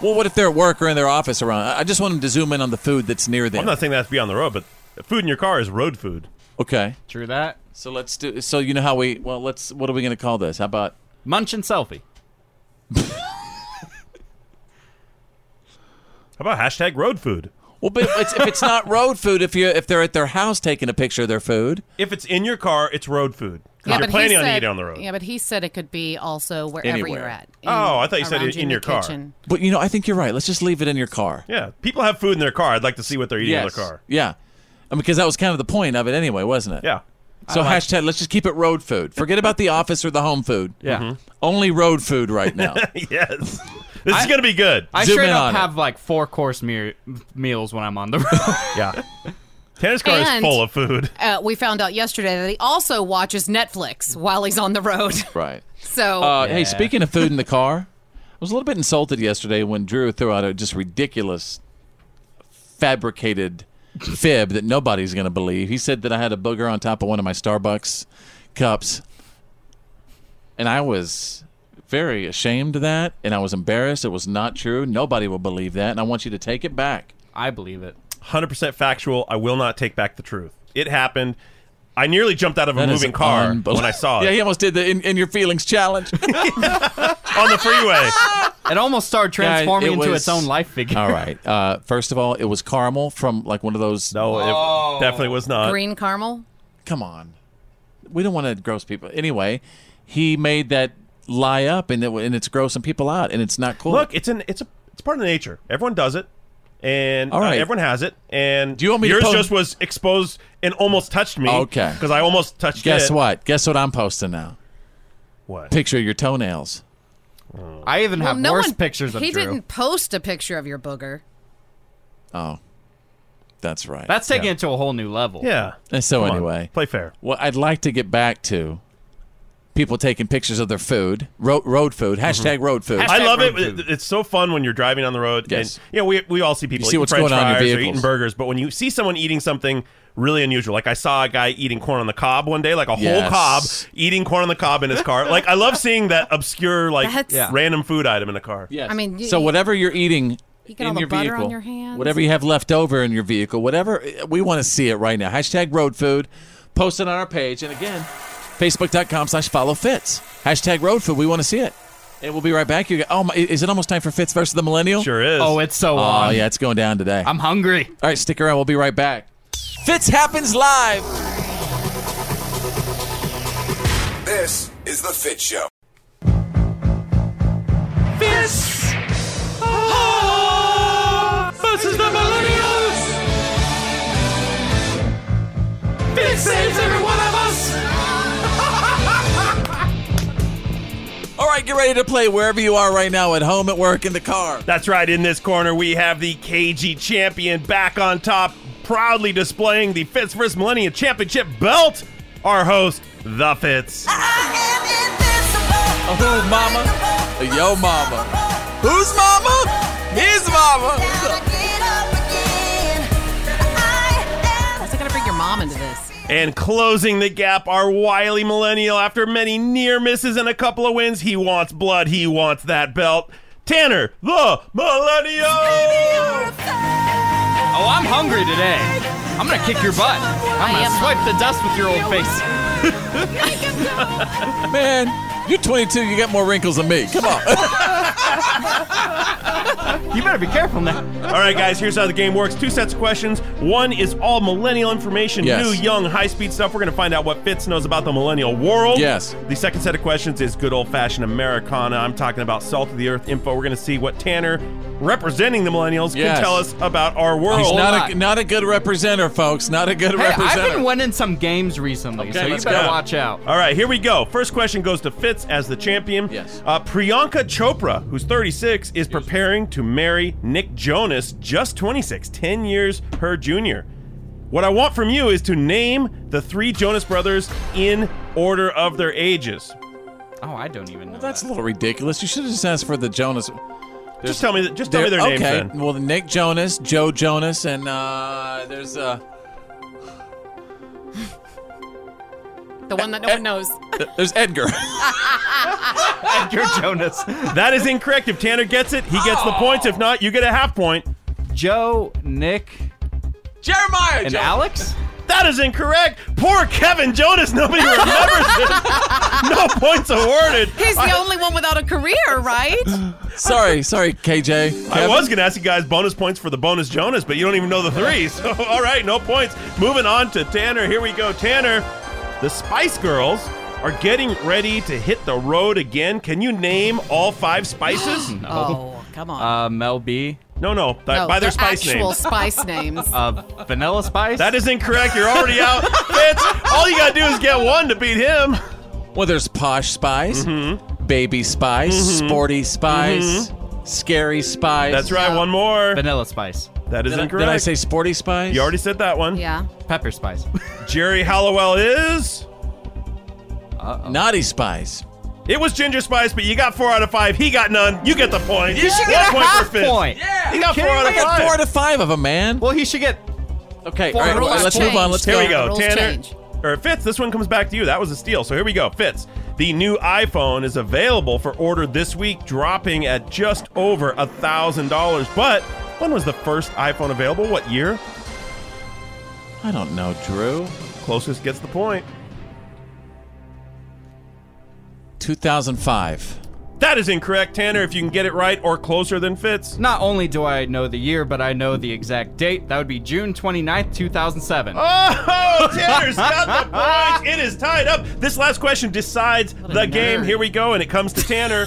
A: Well, what if they're at work or in their office around? I I just want them to zoom in on the food that's near them.
D: I'm not saying that has to be on the road, but food in your car is road food.
A: Okay.
B: True that.
A: So let's do. So you know how we? Well, let's. What are we going to call this? How about
B: munch and selfie?
D: How about hashtag road food?
A: Well, but if it's, if it's not road food, if you if they're at their house taking a picture of their food,
D: If it's in your car, it's road food. 'Cause you're planning on eating on the road.
C: Yeah, but he said it could be also wherever you're
A: Anywhere.
C: at.
D: Oh, I thought you said
C: around
D: in-
C: you
D: in your
C: the
D: car.
C: kitchen.
A: But you know, I think you're right. Let's just leave it in your car.
D: Yeah, people have food in their car. I'd like to see what they're eating in their car.
A: Yeah, I mean, because that was kind of the point of it anyway, wasn't it?
D: Yeah. <laughs>
A: So
D: I like-
A: hashtag. Let's just keep it road food. Forget about the office or the home food.
B: Yeah.
A: Only road food right
D: <laughs>
A: now.
D: yes. This is gonna be good.
B: I
A: Zoom
B: straight
A: in
B: up
A: on it.
B: have like four course me- meals when I'm on the <laughs> road.
D: yeah, Tanner's
C: car is And- full
D: of food.
C: Uh, we found out yesterday that he also watches Netflix while he's on the road.
A: Right.
C: So,
A: Uh, Hey, speaking of food in the car, I was a little bit insulted yesterday when Drew threw out a just ridiculous, fabricated fib that nobody's going to believe. He said that I had a booger on top of one of my Starbucks cups, and I was very ashamed of that, and I was embarrassed. It was not true. Nobody will believe that, and I want you to take it back.
B: I believe it.
D: 100% factual. I will not take back the truth. It happened. I nearly jumped out of a
A: That is
D: moving car
A: unbelievable.
D: when I saw it
A: Oh, Yeah, he almost did the in, in your feelings challenge.
D: on the freeway.
B: It almost started transforming
A: Guys, it
B: into
A: was-
B: its own life figure.
A: <laughs> All right. Uh, first of all, it was caramel from like one of those.
D: No, it
C: Oh.
D: definitely was not.
C: green caramel.
A: Come on. We don't want to gross people. Anyway, he made that lie up, and, it, and it's grossing people out, and it's not cool.
D: Look, it's an it's a it's part of nature. Everyone does it, and
A: All right.
D: uh, everyone has it. And Do you
A: want me to
D: yours
A: post-
D: just was exposed and almost touched me.
A: Okay.
D: because I almost touched.
A: Guess
D: it.
A: what? Guess what I'm posting now?
D: What?
A: Picture of your toenails.
B: I even
C: Well,
B: have
C: no
B: worse
C: one-
B: pictures of
C: He
B: Drew.
C: didn't post a picture of your booger.
A: Oh, that's right.
B: That's taking
A: Yeah.
B: it to a whole new level.
A: And so
B: Come on,
A: anyway,
D: play fair.
A: What I'd like to get back to people taking pictures of their food, road, road food,
B: Mm-hmm.
A: hashtag road food.
D: I love it. It- It's so fun when you're driving on the road.
A: Yes.
D: And, you know, we, we all see people
A: see
D: eating
A: what's
D: french
A: going on in your
D: fries or
A: vehicles.
D: eating burgers, but when you see someone eating something really unusual, like I saw a guy eating corn on the cob one day, like a whole
A: Yes.
D: cob, eating corn on the cob in his car. Like, I love seeing that obscure, like,
C: That's- Yeah.
D: random food item in a car.
A: Yes.
C: I mean, you-
A: so whatever you're eating
C: You get
A: in
C: all the
A: your
C: butter on
A: vehicle,
C: your hands.
A: whatever you have left over in your vehicle, whatever eh, we want to see it right now. Hashtag road food. Post it on our page, and again, facebook.com slash follow fits. Hashtag road food. We want to see it. And we'll be right back. You go, oh my, is it almost time for Fits versus the Millennial?
D: Sure is.
B: Oh, it's so
A: oh
B: on.
A: yeah, it's going down today.
B: I'm hungry.
A: All right, stick around. We'll be right back. Fits happens live.
M: This is The Fit Show.
K: Fist! Oh! Versus the millennials! Fist saves every one of us!
A: All right, get ready to play wherever you are right now at home, at work, in the car.
D: That's right. In this corner, we have the KG champion back on top, proudly displaying the Fitz vs. Millennium Championship belt, our host, The Fitz.
H: Ah.
A: Who, Oh, mama? Yo, mama. Who's mama? His mama.
C: How's it gonna bring your mom into this?
D: And closing the gap, our wily millennial, after many near misses and a couple of wins, he wants blood, he wants that belt. Tanner, the millennial!
B: Oh, I'm hungry today. I'm gonna kick your butt. I'm gonna swipe the dust with your old face.
A: Man, you're 22. You got more wrinkles than me. Come on.
D: <laughs>
B: you better be careful now.
D: All right, guys, here's how the game works two sets of questions. One is all millennial information,
A: Yes.
D: new, young, high speed stuff. We're going to find out what Fitz knows about the millennial world.
A: Yes.
D: The second set of questions is good old fashioned Americana. I'm talking about salt of the earth info. We're going to see what Tanner, representing the millennials,
A: Yes.
D: can tell us about our world.
A: He's not a, not a good representer, folks. Not a good
B: Hey,
A: representer.
B: I've been winning some games recently, so you
A: let's
B: better
A: go.
B: watch out.
D: All right, here we go. First question goes to Fitz as the champion. Yes. Uh, Priyanka Chopra, who's 36, is preparing to marry Nick Jonas, just 26, 10 years her junior. What I want from you is to name the three Jonas brothers in order of their ages.
B: Oh, I don't even know.
A: That's a little ridiculous. You should have just asked for the Jonas.
D: Just tell me. Just tell me their names.
A: Okay.
D: Then.
A: Well, Nick Jonas, Joe Jonas, and uh, there's uh,
C: The one that no one knows.
A: there's Edgar. <laughs>
B: Edgar Jonas.
D: That is incorrect. If Tanner gets it, he gets the points. If not, you get a half point.
B: <laughs> Joe, Nick,
A: Jeremiah,
B: and Alex.
D: That is incorrect. Poor Kevin Jonas. <laughs> Nobody remembers it. No points awarded.
C: He's <laughs> the
D: I-
C: only one without a career, right?
A: Sorry, sorry, KJ.
D: I was going to ask you guys bonus points for the bonus Jonas, but you don't even know the three. <laughs> So, all right, no points. Moving on to Tanner. Here we go. Tanner, the Spice Girls are getting ready to hit the road again. Can you name all five spices?
C: <gasps> Oh, come on.
B: Uh, Mel B.
D: No, no. By,
C: No,
D: by their
C: they're
D: spice
C: actual
D: names.
C: spice names.
B: Uh, vanilla spice.
D: That is incorrect. You're already out. Fitz, all you got to do is get one to beat him.
A: Well, there's Posh Spice, Baby Spice,
D: Mhm.
A: Sporty Spice, Scary Spice.
D: That's right. One more.
B: Vanilla spice.
D: That is
A: Did I-
D: incorrect.
A: Did I say Sporty Spice?
D: You already said that one.
C: Yeah.
B: Pepper spice. <laughs>
D: Jerry Halliwell is.
A: Oh, Naughty Spice.
D: It was Ginger Spice, but you got four out of five. He got none. You get the point.
A: You should
D: One
A: get a
D: point
A: half
D: for Fitz.
A: point.
D: He got four
A: Kidding?
D: out
A: I
D: of
A: got
D: five.
A: four out of five of them, man.
B: Well, he should get.
A: Okay, all
D: Four
A: right,
D: rules
A: well, let's move on. Let's
D: here
A: go.
D: we go. Tanner. Or Fitz, this one comes back to you. That was a steal. So here we go. Fitz, the new iPhone is available for order this week, dropping at just over a thousand dollars. But when was the first iPhone available? What year?
A: I don't know, Drew.
D: Closest gets the point.
A: 2005.
D: That is incorrect, Tanner. If you can get it right or closer than Fitz.
B: Not only do I know the year, but I know the exact date. That would be June 29th, 2007.
D: Oh, Tanner's got the point. It is tied up. This last question decides the game. Here we go, and it comes to Tanner.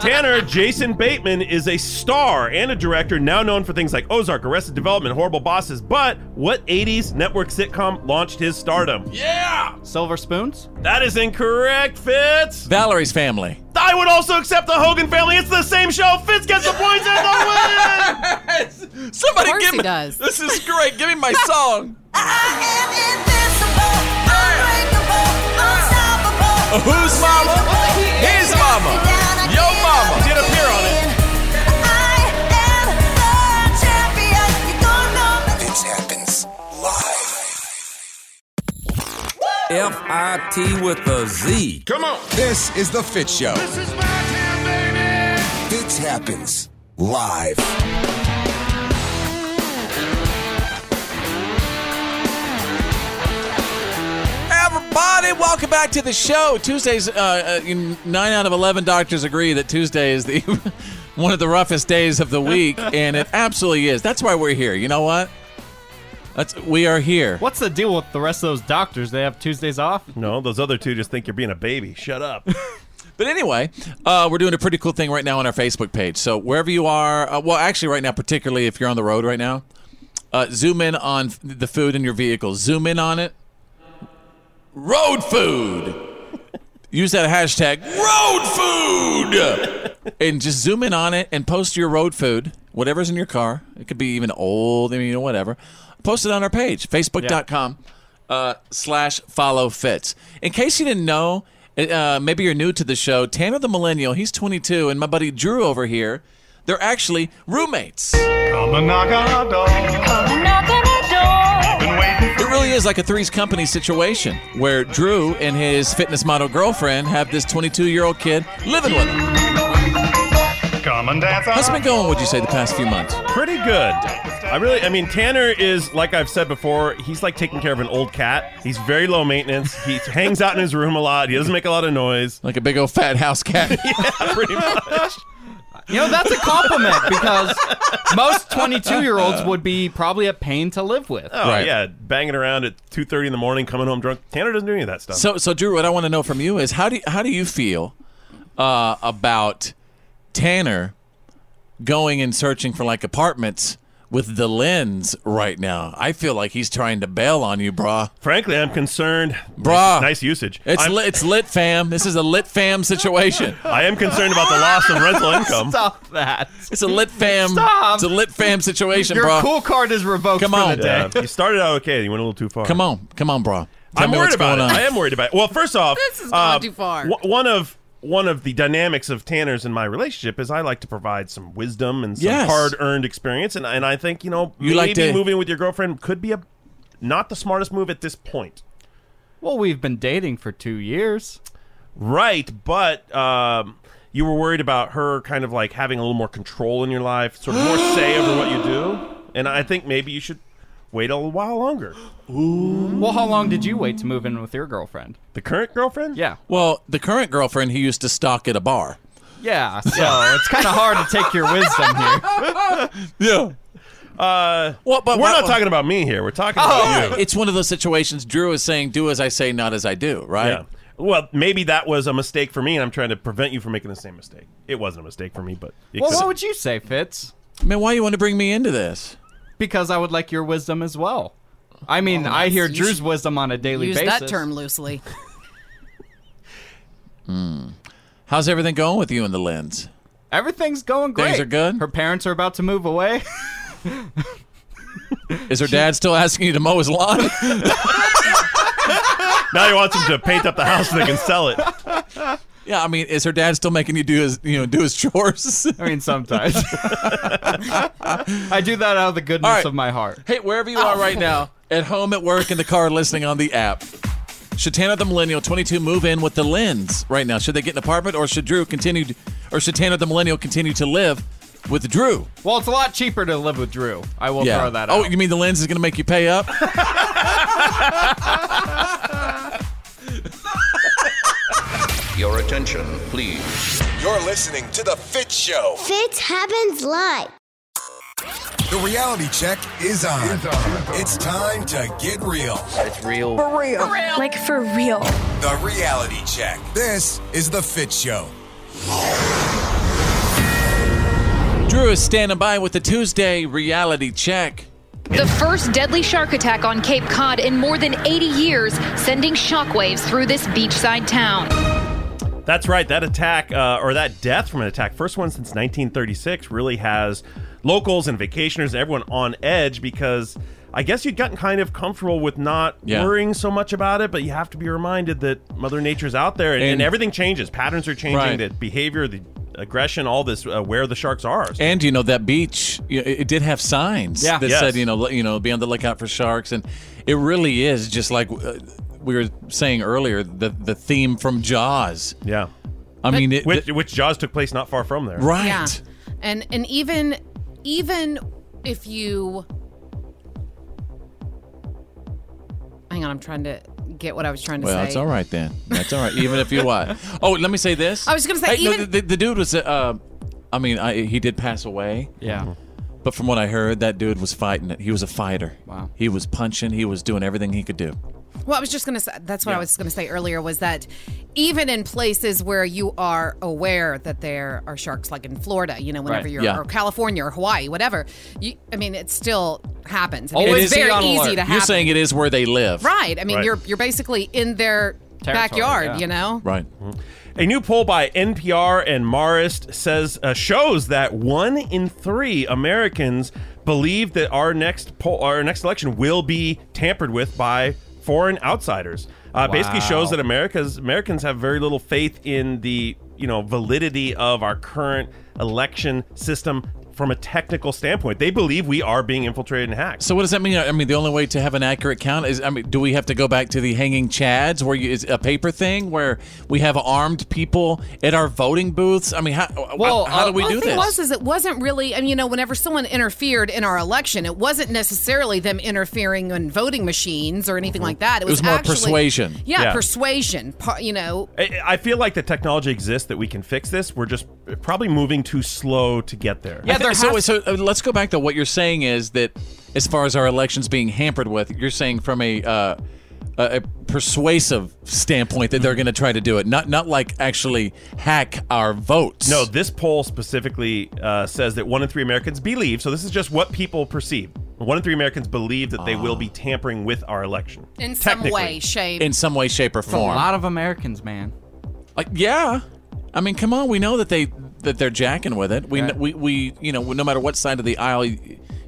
D: Tanner, Jason Bateman is a star and a director now known for things like Ozark, Arrested Development, Horrible Bosses. But what 80s network sitcom launched his stardom? Yeah!
B: Silver Spoons?
D: That is incorrect, Fitz.
A: Valerie's family.
D: I would also accept the Hogan family. It's the same show. Fitz gets the points and the win.
A: Somebody
C: Of course
A: give
C: he
A: me.
C: does.
A: This is great. Give me
C: <laughs>
A: my song. Uh, Who's mama? His mama. Yo mama.
D: Did appear on it.
M: It happens live.
W: F I T with a Z.
M: Come on. This is the Fit Show. This is my town, baby. Fits happens live.
A: Everybody, welcome back to the show. Tuesdays, uh, uh, in- nine out of 11 doctors agree that Tuesday is the <laughs> one of the roughest days of the week, and it absolutely is. That's why we're here. You know what? That's, we are here.
B: What's the deal with the rest of those doctors? They have Tuesdays off?
D: No, those other two just think you're being a baby. Shut up.
A: But anyway, uh, we're doing a pretty cool thing right now on our Facebook page. So wherever you are, uh, well, actually, right now, particularly if you're on the road right now, uh, zoom in on f- the food in your vehicle. Zoom in on it. Road food. Use that hashtag road food, and just zoom in on it and post your road food
K: whatever's in your car. It could be even old, I mean, you know, whatever. Post it on our page, facebook.com uh, slash follow fits. In case you didn't know, uh, maybe you're new to the show, Tanner the Millennial, he's 22, and my buddy Drew over here, they're actually roommates. Come and knock on our door. Come knock on our door. It really is like a Three's Company situation where Drew and his fitness model girlfriend have this 22 year old kid living with them.
D: Come and dance.
K: How's it been going, would you say, the past few months?
D: Pretty good. I really, I mean, Tanner is, like I've said before, he's like taking care of an old cat. He's very low maintenance. He <laughs> hangs out in his room a lot. He doesn't make a lot of noise. <laughs>
K: Like a big old fat house cat.
D: yeah, pretty much.
B: You know, that's a compliment because most 22 year olds would be probably a pain to live with.
D: Oh, yeah. Banging around at 2.30 in the morning, coming home drunk. Tanner doesn't do any of that
K: <laughs>
D: stuff.
K: So, so Drew, what I want to know from you is how do you, how do you feel uh, about Tanner going and searching for like apartments with the lens right now? I feel like he's trying to bail on you, brah.
D: Frankly, I'm concerned.
K: Brah,
D: Nice usage.
K: it's
D: I'm-
K: lit, it's lit, fam. This is a lit fam situation.
D: I am concerned about the loss of rental
K: <laughs>
D: income.
B: Stop that.
K: It's a lit fam. It's a lit fam situation,
B: Your
K: brah.
B: cool card is revoked
K: Come
B: for
K: on.
B: the day.
D: Yeah, you started out okay. You went a little too far.
K: Come on, come on, brah. Tell
D: I'm
K: me
D: worried
K: what's
D: about it.
K: going on.
D: I am worried about it. Well, first off, uh,
C: This has gone too far.
D: w- one of one of the dynamics of Tanner's and my relationship is I like to provide some wisdom and some
K: Yes.
D: hard-earned experience, and and I think you know
K: You like
D: maybe
K: to-
D: moving with your girlfriend could be a not the smartest move at this point.
B: Well, we've been dating for two years.
D: Right, but um, you were worried about her kind of like having a little more control in your life, sort of <gasps> more say over what you do, and I think maybe you should wait a little while longer.
B: Well, how long did you wait to move in with your girlfriend?
D: The current girlfriend?
B: Yeah.
K: Well, the current girlfriend he used to stalk at a bar.
B: Yeah, so it's kind of hard to take your wisdom here.
K: Yeah.
D: Uh, Oh,
K: Well, but
D: we're
K: why-
D: not talking about me here. We're talking about you.
K: <laughs> It's one of those situations. Drew is saying, "Do as I say, not as I do." Right?
D: Yeah. Well, maybe that was a mistake for me, and I'm trying to prevent you from making the same mistake. It wasn't a mistake for me, but it
B: Well,
D: could-
B: what would you say, Fitz?
K: Man, why you want to bring me into this?
B: Because I would like your wisdom as well. I mean, I hear
C: you
B: Drew's
C: should
B: wisdom on a daily
C: Use
B: basis.
C: that term loosely.
K: How's everything going with you and the lens?
B: Everything's going great.
K: Things are good.
B: Her parents are about to move away. <laughs>
K: Is her dad still asking you to mow his lawn? <laughs>
D: now he wants him to paint up the house so they can sell it.
K: yeah, I mean, is her dad still making you do his, you know, do his chores?
B: I mean, sometimes. <laughs> I do that out of the goodness
K: All right.
B: of my heart.
K: <laughs> Hey, wherever you are right now, at home, at work, in the car, listening on the app, should Tana the Millennial 22 move in with the lens right now? Should they get an apartment, or should Drew continue, or should Tana the Millennial continue to live with Drew?
B: Well, it's a lot cheaper to live with Drew. I will throw that out.
K: Oh, you mean the lens is going to make you pay up?
X: Your attention, please.
M: You're listening to The Fit Show.
H: Fits happens live.
M: The reality check is on. It's time to get real. It's real.
Y: For real. Like for real.
M: The reality check. This is The Fit Show.
K: Drew is standing by with the Tuesday reality check.
E: The first deadly shark attack on Cape Cod in more than 80 years, sending shockwaves through this beachside town.
D: That's right. That attack uh, or that death from an attack, first one since 1936, really has locals and vacationers and everyone on edge because I guess you'd gotten kind of comfortable with not
K: Yeah.
D: worrying so much about it, but you have to be reminded that Mother Nature's out there and, and
K: And-
D: everything changes. Patterns are changing,
K: Right.
D: the behavior, the aggression, all this, uh, where the sharks are.
K: And you know that beach, y- it it did have signs
D: Yeah.
K: that
D: Yes.
K: said, you know, l- you know, be on the lookout for sharks, and it really is just like uh, we were saying earlier, the the theme from Jaws.
D: Yeah,
K: I mean, it,
D: which, which Jaws took place not far from there.
K: Right.
C: Yeah. And and even even if you Hang on, I'm trying to get what I was trying to
K: well,
C: say.
K: it's all right then. That's all right, even if you
C: <laughs>
K: what. Oh, let me say this.
C: I was gonna say
K: Hey, no,
C: even-
K: the, the dude was. Uh, I mean, I, he did pass away.
B: Yeah.
K: But from what I heard, that dude was fighting it. He was a fighter.
B: Wow.
K: He was punching. He was doing everything he could do.
C: Well, I was just going to say that's what I was going to say earlier was that even in places where you are aware that there are sharks, like in Florida, you know, whenever
K: Right.
C: you're,
K: Yeah.
C: or California or Hawaii, whatever, you, I mean, it still happens. I mean,
K: It
C: it's
K: is-
C: very easy to happen.
K: You're saying it is where they live.
C: right. I mean,
K: Right.
C: you're, you're basically in their
K: Territory,
C: backyard,
K: yeah.
C: you know?
K: Right.
D: A new poll by NPR and Marist says uh, shows that one in three Americans believe that our next poll, our next election, will be tampered with by foreign outsiders. Uh, Basically,
I: Wow.
D: shows that America's Americans have very little faith in the you know validity of our current election system from a technical standpoint. They believe we are being infiltrated and hacked.
A: So what does that mean? I mean, the only way to have an accurate count is, I mean, do we have to go back to the hanging chads, where you, is a paper thing, where we have armed people at our voting booths? I mean, how, well, how, do we
C: Well,
A: do
C: the thing
A: this?
C: was is it wasn't really. I mean, you know, whenever someone interfered in our election, it wasn't necessarily them interfering in voting machines or anything like that. It
D: It
C: was,
D: was more
C: actually-
D: persuasion.
C: Yeah,
D: Yeah.
C: persuasion. par- You know,
D: I I feel like the technology exists that we can fix this. We're just probably moving too slow to get there.
A: I think- so, so uh, let's go back to what you're saying is that as far as our elections being hampered with, you're saying from a uh, a a persuasive standpoint that they're going to try to do it, not not like actually hack our votes.
D: No, this poll specifically uh, says that one in three Americans believe. So this is just what people perceive. One in three Americans believe that they will be tampering with our election
C: in some
D: Technically.
C: way, shape.
A: in some way, shape, or
B: That's a
A: form.
B: lot of Americans, man.
A: Like, yeah, I mean, come on, we know that they that they're jacking with it. We
B: Right.
A: we we you know no matter what side of the aisle y-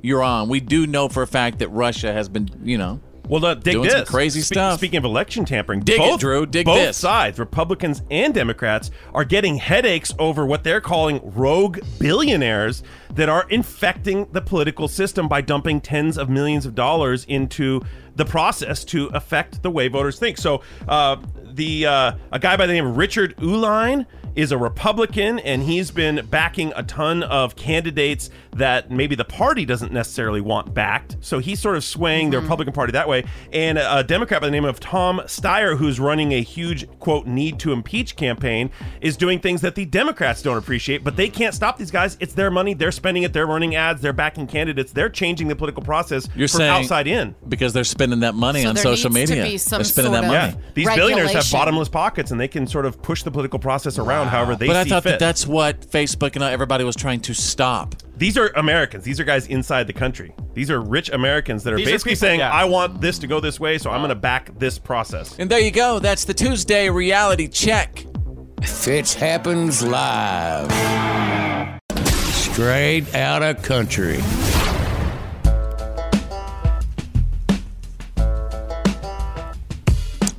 A: you're on, we do know for a fact that Russia has been you know
D: well, look, dig
A: doing
D: this.
A: some crazy
D: Spe-
A: stuff.
D: Speaking of election tampering,
A: Dig it,
D: both,
A: Drew, dig
D: both
A: this.
D: sides, Republicans and Democrats, are getting headaches over what they're calling rogue billionaires that are infecting the political system by dumping tens of millions of dollars into the process to affect the way voters think. So, uh, the uh, a guy by the name of Richard Uline is a Republican, and he's been backing a ton of candidates that maybe the party doesn't necessarily want backed. So he's sort of swaying the Republican Party that way. And a Democrat by the name of Tom Steyer, who's running a huge quote need to impeach campaign, is doing things that the Democrats don't appreciate, but they can't stop these guys. It's their money; they're spending it. They're running ads. They're backing candidates. They're changing the political process
A: You're
D: from
A: saying
D: outside in.
A: because they're spending that money
C: So
A: on
C: there
A: social
C: needs to
A: media.
C: be some
A: they're spending
C: sort
A: that
C: of
A: money.
D: Yeah, these billionaires have
C: regulation.
D: bottomless pockets, and they can sort of push the political process around however they
A: but I
D: see
A: thought
D: fit.
A: that that's what Facebook and everybody was trying to stop.
D: These are Americans. These are guys inside the country. These are rich Americans that are
A: These are
D: basically
A: people-
D: saying,
A: yeah.
D: "I want this to go this way, so I'm going to back this process."
K: <laughs>
A: And there you go. That's the Tuesday reality check.
L: Fitz happens live. Straight out of country.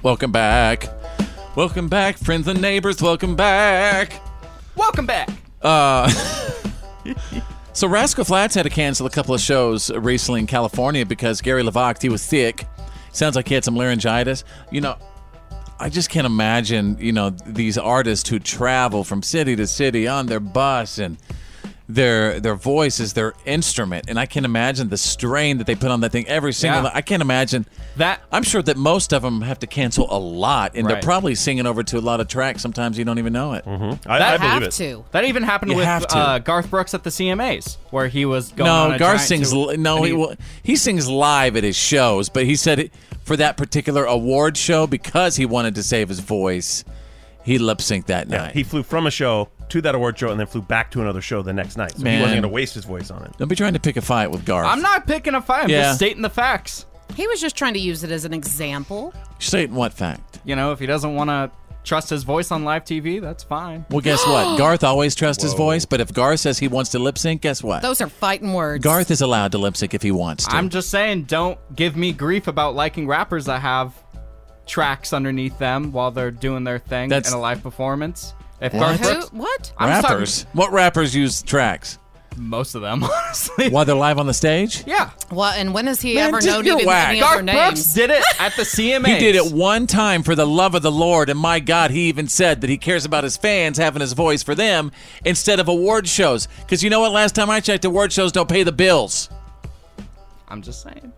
A: Welcome back. Welcome back, friends and neighbors. Welcome back.
B: Welcome back.
A: Uh, so Rascal Flats had to cancel a couple of shows recently in California because Gary Levak, he was sick. Sounds like he had some laryngitis. You know, I just can't imagine, you know, these artists who travel from city to city on their bus and their their voice is their instrument and I can imagine the strain that they put on that thing every single
B: Yeah.
A: I can't imagine
B: that
A: I'm sure that most of them have to cancel a lot and they're
B: Right.
A: probably singing over to a lot of tracks sometimes you don't even know it. Mm-hmm.
B: That even happened
A: You
B: with
A: have to.
B: Uh, Garth Brooks at the CMAs, where he was going. on
A: No,
B: a
A: Garth
B: giant
A: sings.
B: tour,
A: Li- no,
B: and
A: he, will he sings live at his shows, but he said it, for that particular award show because he wanted to save his voice, he lip synced that
D: Yeah,
A: night.
D: he flew from a show to that award show and then flew back to another show the next night. So
A: Man.
D: he wasn't going to waste his voice on it.
A: Don't be trying to pick a fight with Garth.
B: I'm not picking a fight. I'm
A: Yeah.
B: just stating the facts.
C: he was just trying to use it as an example.
A: Stating what fact?
B: You know, if he doesn't want to trust his voice on live TV, that's fine.
A: Well, guess what? Garth always trusts his voice, but if Garth says he wants to lip sync, guess what?
C: Those are fighting words.
A: Garth is allowed to lip sync if he wants to.
B: I'm just saying, don't give me grief about liking rappers that have tracks underneath them while they're doing their thing
A: That's-
B: in a live performance. If Garth
A: What?
B: Brooks,
C: Who- what?
B: I'm just talking-
A: rappers. What rappers use tracks?
B: <laughs> Most of them, <laughs> honestly.
A: While they're live on the stage?
B: Yeah.
C: Well, and when has he
B: Man,
C: ever
B: just-
C: known
B: you're
C: even
A: whack.
C: any
B: Garth
C: other names?
B: Brooks did it at
A: <laughs>
B: the CMAs.
A: He did it one time for the love of the Lord, and my God, he even said that he cares about his fans having his voice for them instead of award shows. Because you know what? Last time I checked, award shows don't pay the bills.
B: I'm just saying.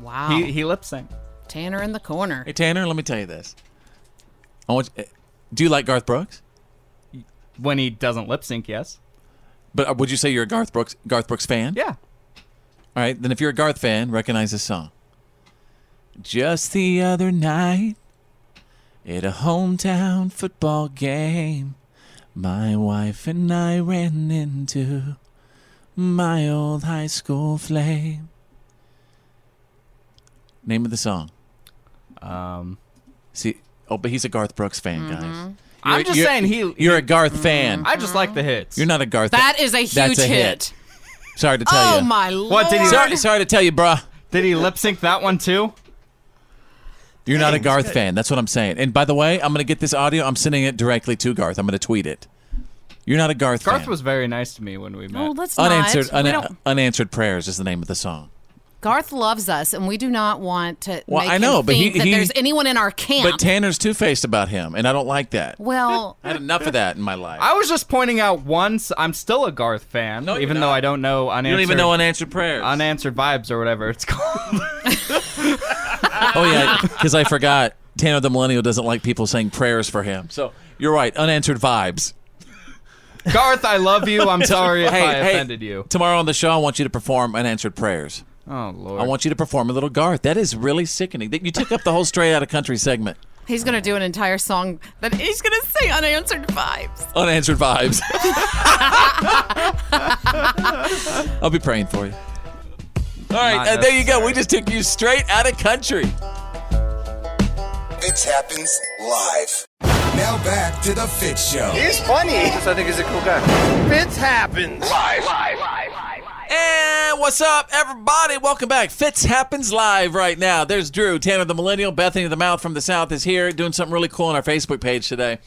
C: Wow.
B: He, he lip synced.
C: Tanner in the corner.
A: Hey Tanner, let me tell you this. I want. You, do you like Garth Brooks?
B: When he doesn't lip sync, yes.
A: But uh, would you say you're a Garth Brooks Garth Brooks fan?
B: Yeah.
A: All right, then if you're a Garth fan, recognize this song. Just the other night at a hometown football game, my wife and I ran into my old high school flame. Name of the song.
B: Um.
C: Mm-hmm.
A: See, oh, but he's a Garth Brooks fan, guys.
B: I'm just
A: you're-
B: saying he.
A: You're a Garth fan.
B: I just like the hits.
A: You're not a Garth.
C: That is a
A: That's
C: huge
A: a
C: hit.
A: hit. Sorry to tell
C: Oh,
A: you.
C: my What, did he-
A: Sorry, sorry to tell you, bruh.
B: Did he lip sync that one too?
A: You're not a
B: Thanks.
A: Garth fan. That's what I'm saying. And by the way, I'm going to get this audio. I'm sending it directly to Garth. I'm going to tweet it. You're not a Garth,
B: Garth
A: fan.
B: was very nice to me when we met.
C: Oh, let's
A: unanswered
C: not. We
A: una-
C: don't-
A: unanswered prayers is the name of the song.
C: Garth loves us, and we do not want to.
A: Well,
C: make
A: I know,
C: him
A: but he-
C: think that
A: he-
C: there's anyone in our camp.
A: But Tanner's two faced about him, and I don't like that.
C: well,
A: I had enough of that in my life.
B: I was just pointing out once I'm still a Garth fan,
A: you're
B: even
A: not.
B: though I don't know
A: don't
B: unanswered.
A: even know unanswered prayers,
B: unanswered vibes, or whatever it's <laughs> called. <laughs>
A: oh yeah, because I forgot. Tanner the millennial doesn't like people saying prayers for him. So you're right. Unanswered vibes.
B: Garth, I love you. I'm sorry if
A: <laughs> Hey,
B: I
A: hey,
B: offended you.
A: Tomorrow on the show, I want you to perform unanswered prayers.
B: Oh lord.
A: I want you to perform a little Garth. That is really sickening. That- You took up the whole straight out of country segment.
C: he's going to do an entire song that he's going to sing unanswered vibes.
A: <laughs> Unanswered vibes. I'll be praying for you. All right,
M: Not
A: uh, there you go. We just took you straight out of country.
M: Fitz happens live. Now back to the Fitz Show.
K: funny. I think he's a cool guy.
M: Fitz happens
K: live.
A: And what's up, everybody? Welcome back. Fitz happens live right now. There's Drew, Tanner the Millennial, Bethany the Mouth from the South is here doing something really cool on our Facebook page today.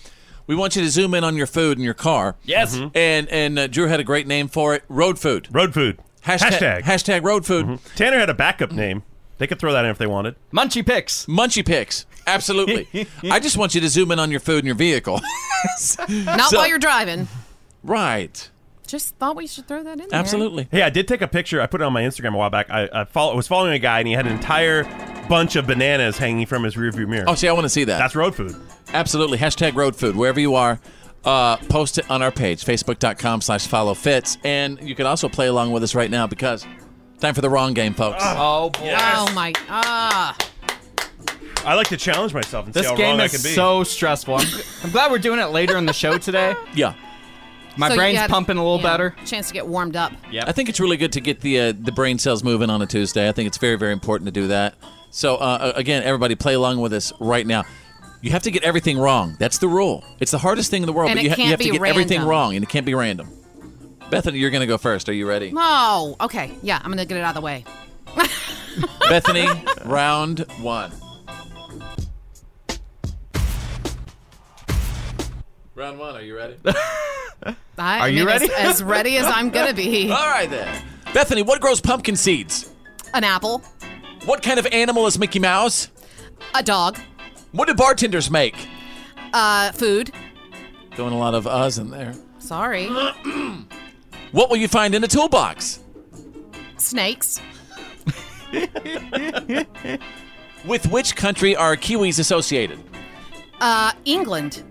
A: We want you to zoom in on your food in your car.
K: Yes. Mhm.
A: And and uh, Drew had a great name for it: road food.
D: Road food.
A: Hashtag.
D: Hashtag.
A: road food.
D: Tanner had a backup name. They could throw that in if they wanted.
B: Munchie picks.
A: Munchie picks. Absolutely. I just want you to zoom in on your food in your vehicle. <laughs>
C: Not
A: So-
C: while you're driving.
A: right.
C: Just thought we should throw that in there.
A: Absolutely.
D: Hey, I did take a picture. I put it on my Instagram a while back. I, I follow, was following a guy, and he had an entire bunch of bananas hanging from his rearview mirror.
A: Oh, see, I want to see that.
D: That's road food.
A: Absolutely. Hashtag road food, wherever you are. Uh, post it on our page, facebook.com slash follow fits. And you can also play along with us right now because time for the wrong game, folks.
B: Oh boy.
C: Oh my. Ah.
D: I like to challenge myself and see
B: This
D: how
B: game
D: wrong I
B: is
D: can be.
B: so stressful. I'm, I'm glad we're doing it later in the
A: <laughs>
B: show today.
A: Yeah.
B: My
C: So you
B: brain's
C: had-
B: pumping a little
C: yeah,
B: better.
C: Chance to get warmed up.
A: I think it's really good to get the uh, the brain cells moving on a Tuesday. I think it's very very important to do that. So uh, again, everybody play along with us right now. You have to get everything wrong. That's the rule. It's the hardest thing in the world,
C: And
A: but
C: it
A: you, ha- you
C: can't
A: have to
C: be
A: get everything
C: random.
A: wrong, and it can't be random. Bethany, you're going to go first. Are you
C: <laughs>
A: ready?
C: Oh, okay. Yeah, I'm going to get it out of the way.
A: Bethany, round one. Round one. Are you
C: <laughs>
A: ready?
C: I,
A: Are
C: I
A: you
C: mean,
A: ready?
C: As, as ready as I'm going to
A: <laughs>
C: be.
A: All right then. Bethany, what grows pumpkin seeds?
C: An apple,
A: What kind of animal is Mickey Mouse?
C: a dog,
A: What do bartenders make?
C: uh, food.
A: Doing a lot of uhs in there.
C: Sorry.
A: What will you find in a toolbox?
C: Snakes.
A: With which country are kiwis associated?
C: Uh, England.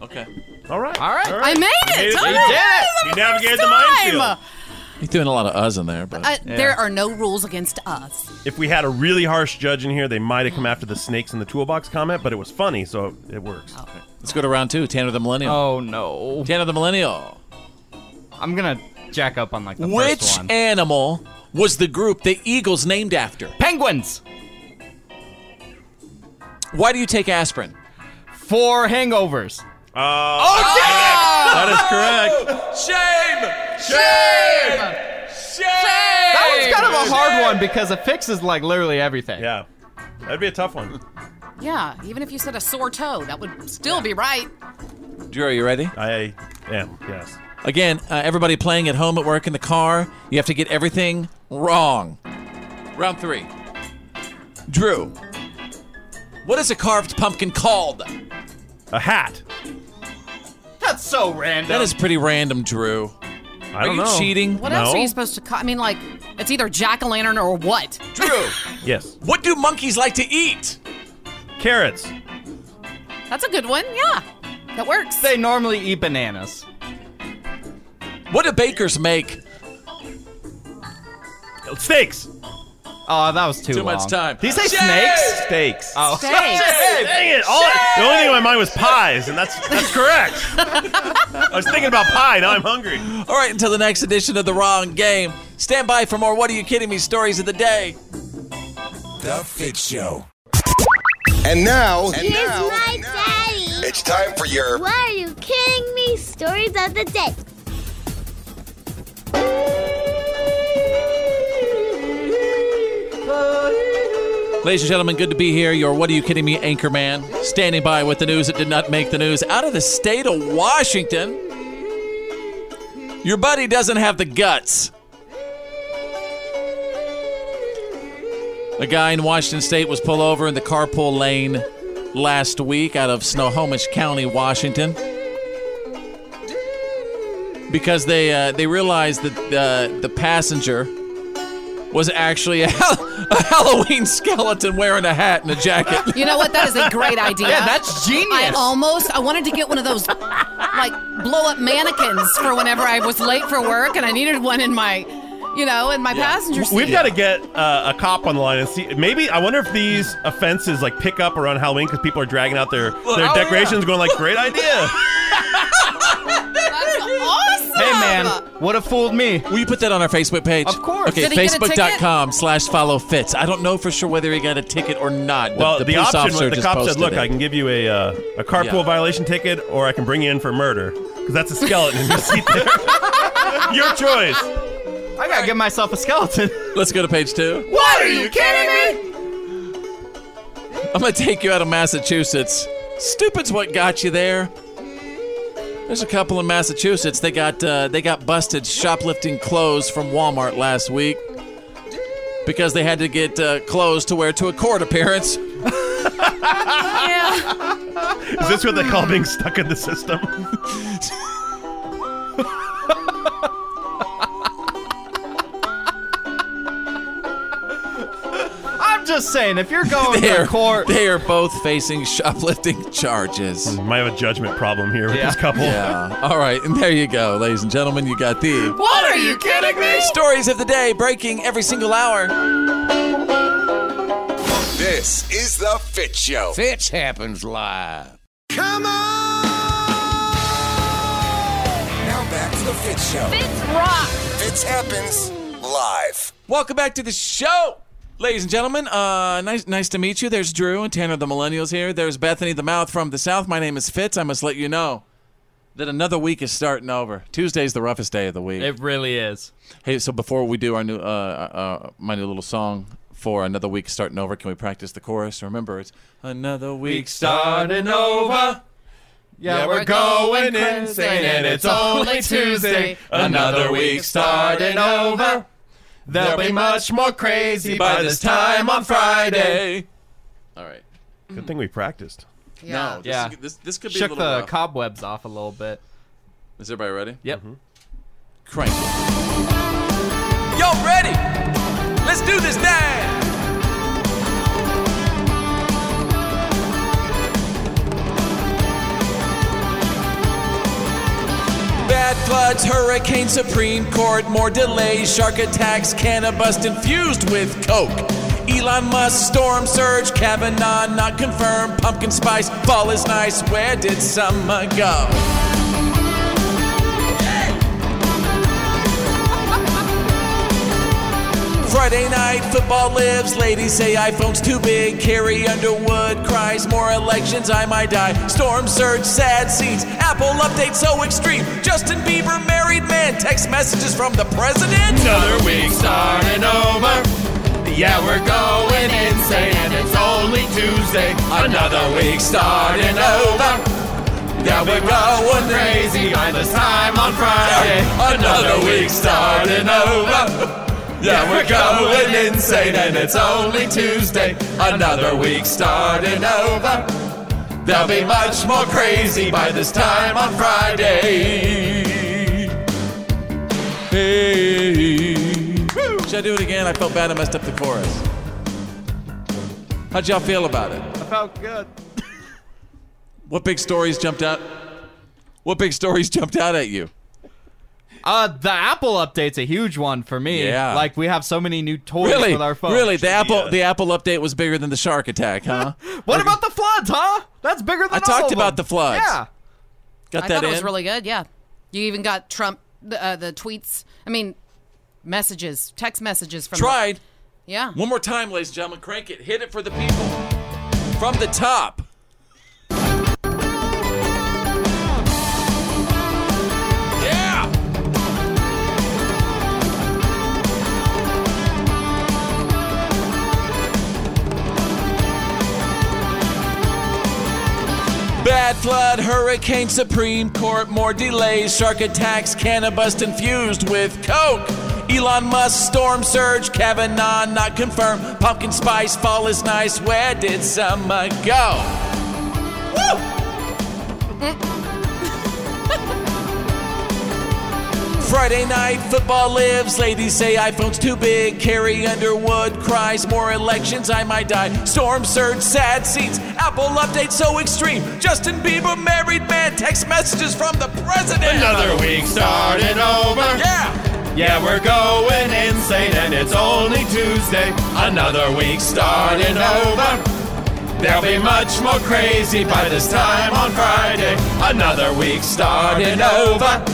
A: Okay.
D: All right.
B: All right.
C: I made it.
D: You
C: All
D: did
C: right.
D: it. You navigated the minefield.
A: He's doing a lot of uhs in there, but
C: Uh, There are no rules against us.
D: If we had a really harsh judge in here, they might have come after the snakes in the toolbox comment, but it was funny, so it works.
A: let's go to round two. Tanner the Millennial.
B: Oh no.
A: Tanner the Millennial.
B: I'm gonna jack up on like the
A: Which
B: first one.
A: animal was the group the Eagles named after?
B: Penguins
A: Why do you take aspirin?
B: for hangovers.
D: Oh, that is correct.
A: Shame!
K: Shame!
A: Shame!
B: That one's kind of a hard one because it fixes like literally everything.
D: Yeah. That'd be a tough one.
C: Yeah, even if you said a sore toe, that would still be right.
A: Drew, are you ready?
D: I am, yes.
A: Again, uh, everybody playing at home, at work, in the car, you have to get everything wrong. Round three. Drew, what is a carved pumpkin called?
D: A hat.
B: That's so random.
A: That is pretty random, Drew.
D: I
A: are
D: don't
A: you
D: know.
A: cheating?
C: What else are you supposed to? Call? I mean, like it's either jack o' lantern or what?
A: Drew,
D: Yes.
A: <laughs> what do monkeys like to eat?
D: Carrots.
C: That's a good one. Yeah, that works.
B: They normally eat bananas.
A: What do bakers make?
D: Steaks.
B: Oh, that was too
A: Too
B: long.
A: much time.
B: Did he say
A: Shame!
B: snakes?
D: Steaks.
B: Oh.
D: Dang it. All, the only thing in my mind was pies, and that's that's correct. <laughs> I was thinking about pie. Now I'm hungry.
A: All right, until the next edition of The Wrong Game, stand by for more What Are You Kidding Me stories of the day.
M: The Fitz Show.
P: And now,
H: Here's my daddy.
P: It's time for your.
H: What are you kidding me? Stories of the day.
A: Ladies and gentlemen, good to be here. Your What Are You Kidding Me anchor man, standing by with the news that did not make the news out of the state of Washington. Your buddy doesn't have the guts. A guy in Washington state was pulled over in the carpool lane last week out of Snohomish County, Washington. Because they uh, they realized that uh, the passenger was actually a, hal- a Halloween skeleton wearing a hat and a
D: <laughs>
A: jacket.
C: You know what? That is a great idea.
A: Yeah, that's genius.
C: I almost I wanted to get one of those like blow up mannequins for whenever I was late for work and I needed one in my you know, in my passenger seat.
D: We've got to get uh, a cop on the line and see. Maybe I wonder if these offenses like pick up around Halloween because people are dragging out their their
K: oh,
D: decorations,
K: yeah.
D: going like,
A: <laughs>
D: "Great idea."
C: That's awesome.
A: Hey man, what have fooled me? Will you put that on our Facebook page? Of
C: course.
A: Okay,
C: Did he get a ticket?
A: facebook.com slash follow Fitz. I don't know for sure whether he got a ticket or not.
D: well, the,
A: police
D: option
A: officer
D: was the
A: just
D: cop said,
A: posted
D: "Look,
A: it.
D: I can give you a uh, a carpool
A: Yeah.
D: violation ticket, or I can bring you in for murder because that's a skeleton in your seat there. <laughs> your choice."
B: I gotta give myself a
K: <laughs>
B: skeleton.
A: Let's go to page two.
K: What are you kidding me?
A: I'm going to take you out of Massachusetts. Stupid's what got you there. There's a couple in Massachusetts. They got uh, they got busted shoplifting clothes from Walmart last week because they had to get uh, clothes to wear to a court appearance.
D: Is this what they call being stuck in the system?
B: I'm just saying, if you're going
A: They
B: to
A: are-
B: court,
A: They are both facing shoplifting charges.
D: Might have a judgment problem here with
A: yeah.
D: this couple.
A: Yeah. All right, and there you go, ladies and gentlemen. You got the
K: What are you kidding me?
A: stories of the day breaking every single hour.
M: This is the Fit Show.
L: Fitz happens live.
M: Come on! Now back to the Fit Show.
K: Fitz rock.
M: Fitz happens live.
A: Welcome back to the show, ladies and gentlemen. Uh, nice, nice to meet you. There's Drew and Tanner, the millennials here. There's Bethany, the mouth from the south. My name is Fitz. I must let you know that another week is starting over. Tuesday's the roughest day of the week.
B: it really is.
A: Hey, so before we do our new, uh, uh, my new little song for another week starting over, can we practice the chorus? Remember, it's another week starting over.
K: Yeah, we're going insane, and it's only Tuesday. Another week starting over. There'll be much more crazy by this time on Friday.
A: All right.
D: Good thing we practiced.
A: No, this,
B: yeah.
A: this, this could be
B: Shook
A: a little
B: the
A: rough.
B: cobwebs off a little bit.
A: Is everybody ready?
B: Yep.
K: Mm-hmm.
A: Crank it. Y'all ready? Let's do this thing. Bad floods, hurricane, Supreme Court, more delays, shark attacks, cannabis infused with coke. Elon Musk, storm surge, Kavanaugh not confirmed, pumpkin spice, fall is nice. Where did summer go? Friday night, football lives. Ladies say iPhone's too big. Carrie Underwood cries, more elections, I might die. Storm surge, sad scenes. Apple update so extreme. Justin Bieber, married man. Text messages from the president.
K: Another week starting over. Yeah, we're going insane, and it's only Tuesday. Another week starting over. Yeah, we're going crazy by this time on Friday. Another week starting over. Yeah, we're going insane, and it's only Tuesday. Another week starting over. There'll be much more crazy by this time on Friday.
A: Hey. Should I do it again? I felt bad I messed up the chorus. How'd y'all feel about it?
B: I felt good.
A: What big stories jumped out? What big stories jumped out at you?
B: Uh, the Apple update's a huge one for me.
A: Yeah.
B: Like we have so many new toys
A: Really?
B: with our phone.
A: Really? The Apple the Apple update was bigger than the shark attack, huh?
C: <laughs>
B: What about the floods, huh? That's bigger than
A: I
B: all
A: talked
B: of
A: about
B: them.
A: the floods.
B: Yeah.
A: Got
C: I
A: that
C: thought
A: in?
C: it was really good. Yeah, you even got Trump the, uh, the tweets. I mean, messages, text messages from.
A: Tried.
C: yeah.
A: One more time, ladies and gentlemen. Crank it. Hit it for the people. From the top.
K: Bad flood, hurricane, Supreme Court, more delays, shark attacks, cannabis infused with coke. Elon Musk, storm surge, Kavanaugh not confirmed, pumpkin spice, fall is nice. Where did summer go? Woo! Friday night football lives. Ladies say iPhone's too big. Carrie Underwood cries. More elections, I might die. Storm surge, sad scenes. Apple update so extreme. Justin Bieber, married man. Text messages from the president.
A: Another week started over.
K: Yeah.
A: Yeah, we're going insane, and it's only Tuesday. Another week started over. There'll be much more crazy by this time on Friday. Another week started over.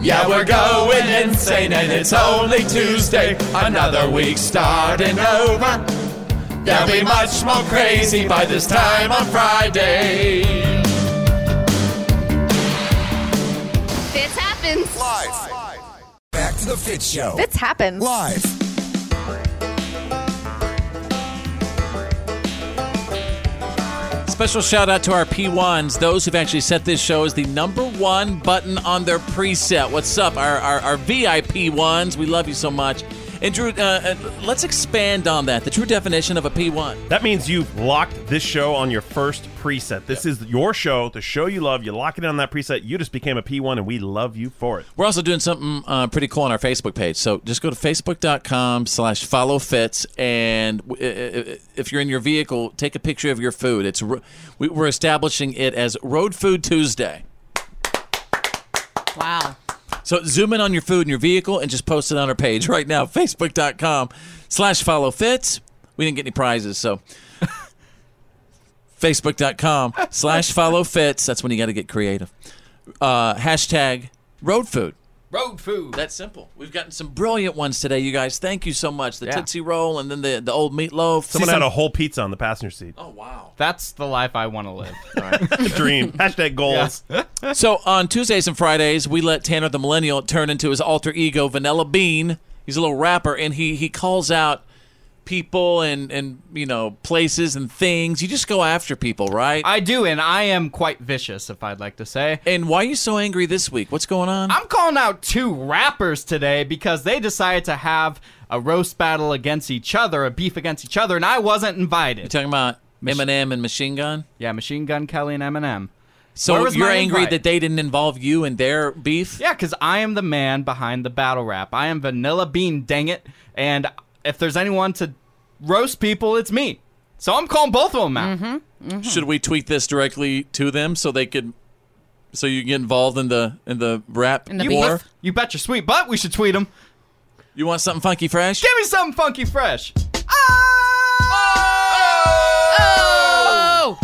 A: Yeah, we're going insane, and it's only Tuesday. Another week starting over. There'll be much more crazy by this time on Friday.
E: Fitz happens. Live.
M: Back to the Fit Show.
E: Fitz happens.
M: Live.
K: Special shout out to our P1s, those who've actually set this show as the number one button on their preset. What's up, our, our, our VIP ones? We love you so much. And Drew, uh, uh, let's expand on that. The true definition of a P1.
D: That means you've locked this show on your first preset. This is your show, the show you love. You lock it on that preset. You just became a P1, and we love you for it.
K: We're also doing something uh, pretty cool on our Facebook page. So just go to facebook.com slash follow fits. And w- i- i- if you're in your vehicle, take a picture of your food. It's ro- we- We're establishing it as Road Food Tuesday.
C: Wow.
K: So zoom in on your food in your vehicle and just post it on our page <laughs> right now, facebook.com slash follow fits. We didn't get any prizes, so <laughs> facebook.com slash follow fits. That's when you got to get creative. Uh, hashtag road food.
B: Road food.
K: That's simple. We've gotten some brilliant ones today, you guys. Thank you so much. The Tootsie Roll and then the, the old meatloaf.
D: Someone had a whole pizza on the passenger seat.
K: Oh, wow.
B: That's the life I want to
A: <laughs>
B: live.
A: Oh.
D: Dream. Hashtag goals.
K: so on Tuesdays and Fridays, we let Tanner the Millennial turn into his alter ego, Vanilla Bean. He's a little rapper, and he he calls out people and and you know places and things. You just go after people, right?
B: I do, and I am quite vicious, if I'd like to say.
K: And why are you so angry this week? What's going on?
B: I'm calling out two rappers today because they decided to have a roast battle against each other, a beef against each other, and I wasn't invited. You
K: talking about Eminem and Machine Gun?
B: Yeah, Machine Gun Kelly and Eminem. Where
K: So
B: was
K: you're
B: my
K: angry
B: invite?
K: that they didn't involve you in their beef?
B: Yeah, because I am the man behind the battle rap. I am Vanilla Bean, dang it. And if there's anyone to roast people, it's me. So I'm calling both of them out.
K: Should we tweet this directly to them so they could so you get involved in the in the rap
B: you,
K: war?
B: bet- you bet your sweet butt we should tweet them.
K: You want something funky fresh?
B: Give me something funky fresh. Ah!
C: Oh!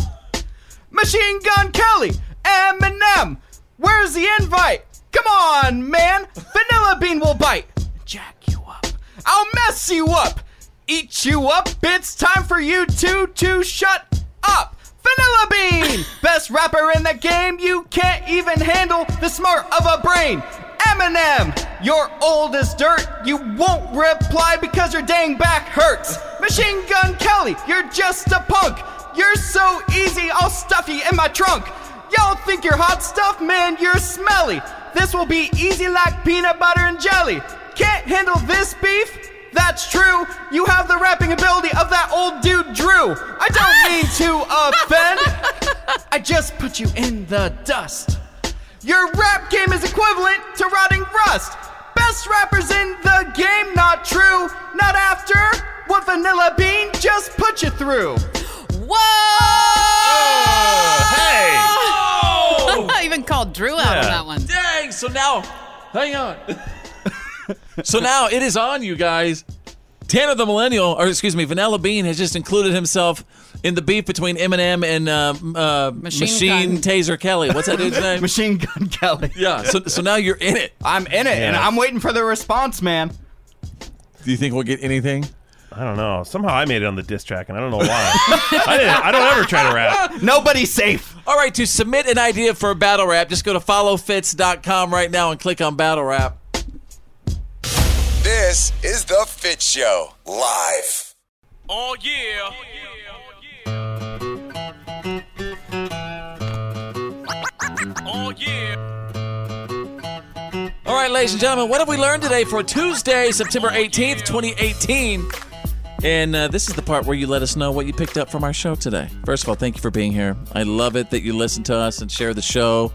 B: Machine Gun Kelly, Eminem, where's the invite? Come on, man. Vanilla Bean will bite. Jack you up. I'll mess you up. Eat you up. It's time for you two to shut up. Vanilla Bean, best rapper in the game. You can't even handle the smart of a brain. Eminem, you're old as dirt. You won't reply because your dang back hurts. Machine Gun Kelly, you're just a punk. You're so easy, I'll stuff you in my trunk. Y'all think you're hot stuff, man, you're smelly. This will be easy like peanut butter and jelly. Can't handle this beef? That's true. You have the rapping ability of that old dude Drew. I don't mean to offend. I just put you in the dust. Your rap game is equivalent to rotting rust. Best rappers in the game, not true, not after. What Vanilla Bean just put you through.
C: Whoa! I even called Drew out
K: Yeah.
C: on that one.
K: Dang! So now, hang on. so now it is on you guys. Tanner the Millennial, or excuse me, Vanilla Bean has just included himself in the beef between Eminem and um, uh, Machine,
B: Machine Gun.
K: Taser Kelly. What's that dude's name?
B: Machine Gun <laughs> Kelly.
K: Yeah. So, so now you're in it.
B: I'm in it, and
K: Yeah.
B: I'm waiting for the response, man.
K: Do you think we'll get anything?
D: I don't know. Somehow I made it on the diss track, and I don't know why. <laughs> I, didn't, I don't ever try to rap.
B: Nobody's safe.
K: All right, to submit an idea for a battle rap, just go to followfits.com right now and click on battle rap.
M: This is the Fit Show. Live.
A: Oh yeah.
K: ladies and gentlemen, what have we learned today for Tuesday, September 18th, 2018? And uh, this is the part where you let us know what you picked up from our show today. First of all, thank you for being here. I love it that you listen to us and share the show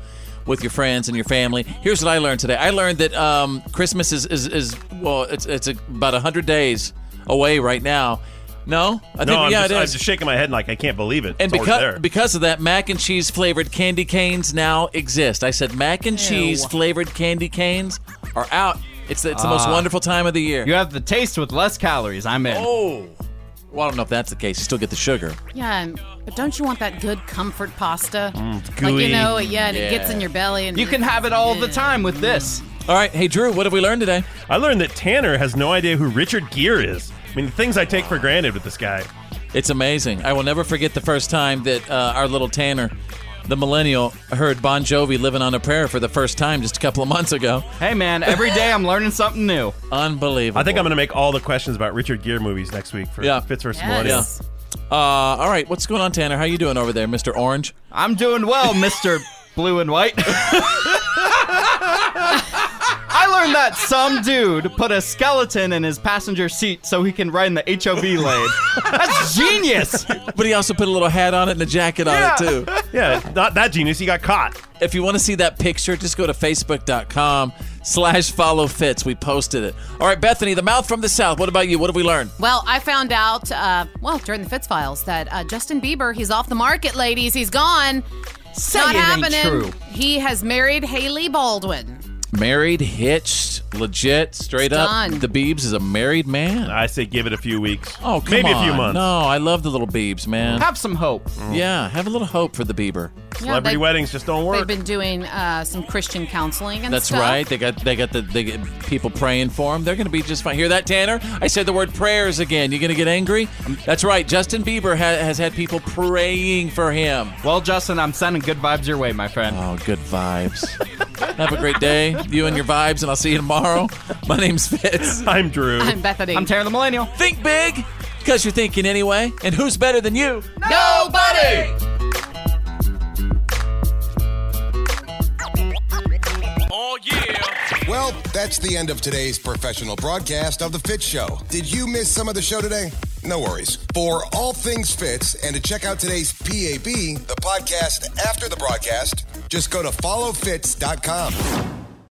K: with your friends and your family. Here's what I learned today I learned that um, Christmas is, is, is, well, it's, it's about 100 days away right now. No? I
D: no, I'm,
K: yeah,
D: just,
K: it
D: I'm
K: is.
D: just shaking my head like I can't believe it.
K: And
D: It's already
K: because,
D: there.
K: because of that, mac and cheese flavored candy canes now exist. I said mac and cheese flavored candy canes are out. It's the, it's the most
B: Ah.
K: wonderful time of the year.
B: You have the taste with less calories. I'm in.
K: Oh. Well, I don't know if that's the case. You still get the sugar.
C: Yeah, and- but don't you want that good comfort pasta? Like
K: gooey.
C: you know, yeah, and it
K: Yeah.
C: gets in your belly, and
B: You can have it all the time with this.
K: All right, hey Drew, what have we learned today?
D: I learned that Tanner has no idea who Richard Gere is. I mean, the things I take for granted with this guy.
K: It's amazing. I will never forget the first time that uh, our little Tanner, the millennial, heard Bon Jovi living on a prayer for the first time just a couple of months ago.
B: Hey man, every day I'm learning something new.
K: Unbelievable.
D: I think I'm going to make all the questions about Richard Gere movies next week for
K: Yeah.
D: Fitz versus
K: Yes.
D: Millennial.
K: Yeah. Uh, all right, what's going on, Tanner? How you doing over there, Mr. Orange?
B: I'm doing well, Mr. Blue and White. I learned that some dude put a skeleton in his passenger seat so he can ride in the HOV lane. That's genius.
K: But he also put a little hat on it and a jacket on it too.
D: Yeah, not that genius. He got caught.
K: If you want to see that picture, just go to facebook.com slash follow fits. We posted it. All right, Bethany, the mouth from the south. What about you? What have we learned?
C: Well, I found out, uh, well, during the Fitz files, that uh, Justin Bieber, he's off the market, ladies. He's gone. Say Not
K: it ain't true.
C: happening. He has married Haley Baldwin.
K: Married, hitched, legit, straight
C: Done.
K: up. The Beebs is a married man.
D: I say give it a few weeks.
K: Oh, come
D: Maybe a few
K: on.
D: months.
K: No, I love the little Beebs, man.
B: Have some hope.
K: Yeah, have a little hope for the Bieber.
C: Celebrity they-
D: weddings just don't
C: They've been doing uh, some Christian counseling and
K: That's
C: stuff.
K: right. They got they got the they get people praying for them. They're going to be just fine. Hear that, Tanner? I said the word prayers again. You going to get angry? That's right. Justin Bieber ha- has had people praying for him.
B: Well, Justin, I'm sending good vibes your way, my friend.
K: Oh, good vibes. Have a great day, you and your vibes, and I'll see you tomorrow. My name's Fitz.
D: I'm Drew.
C: I'm Bethany.
B: I'm Tanner the Millennial.
K: Think big, because you're thinking anyway. And who's better than you?
C: Nobody!
M: Oh, yeah. Well, that's the end of today's professional broadcast of The Fit Show. Did you miss some of the show today? No worries. For all things Fits and to check out today's PAB, the podcast after the broadcast, just go to followfits.com.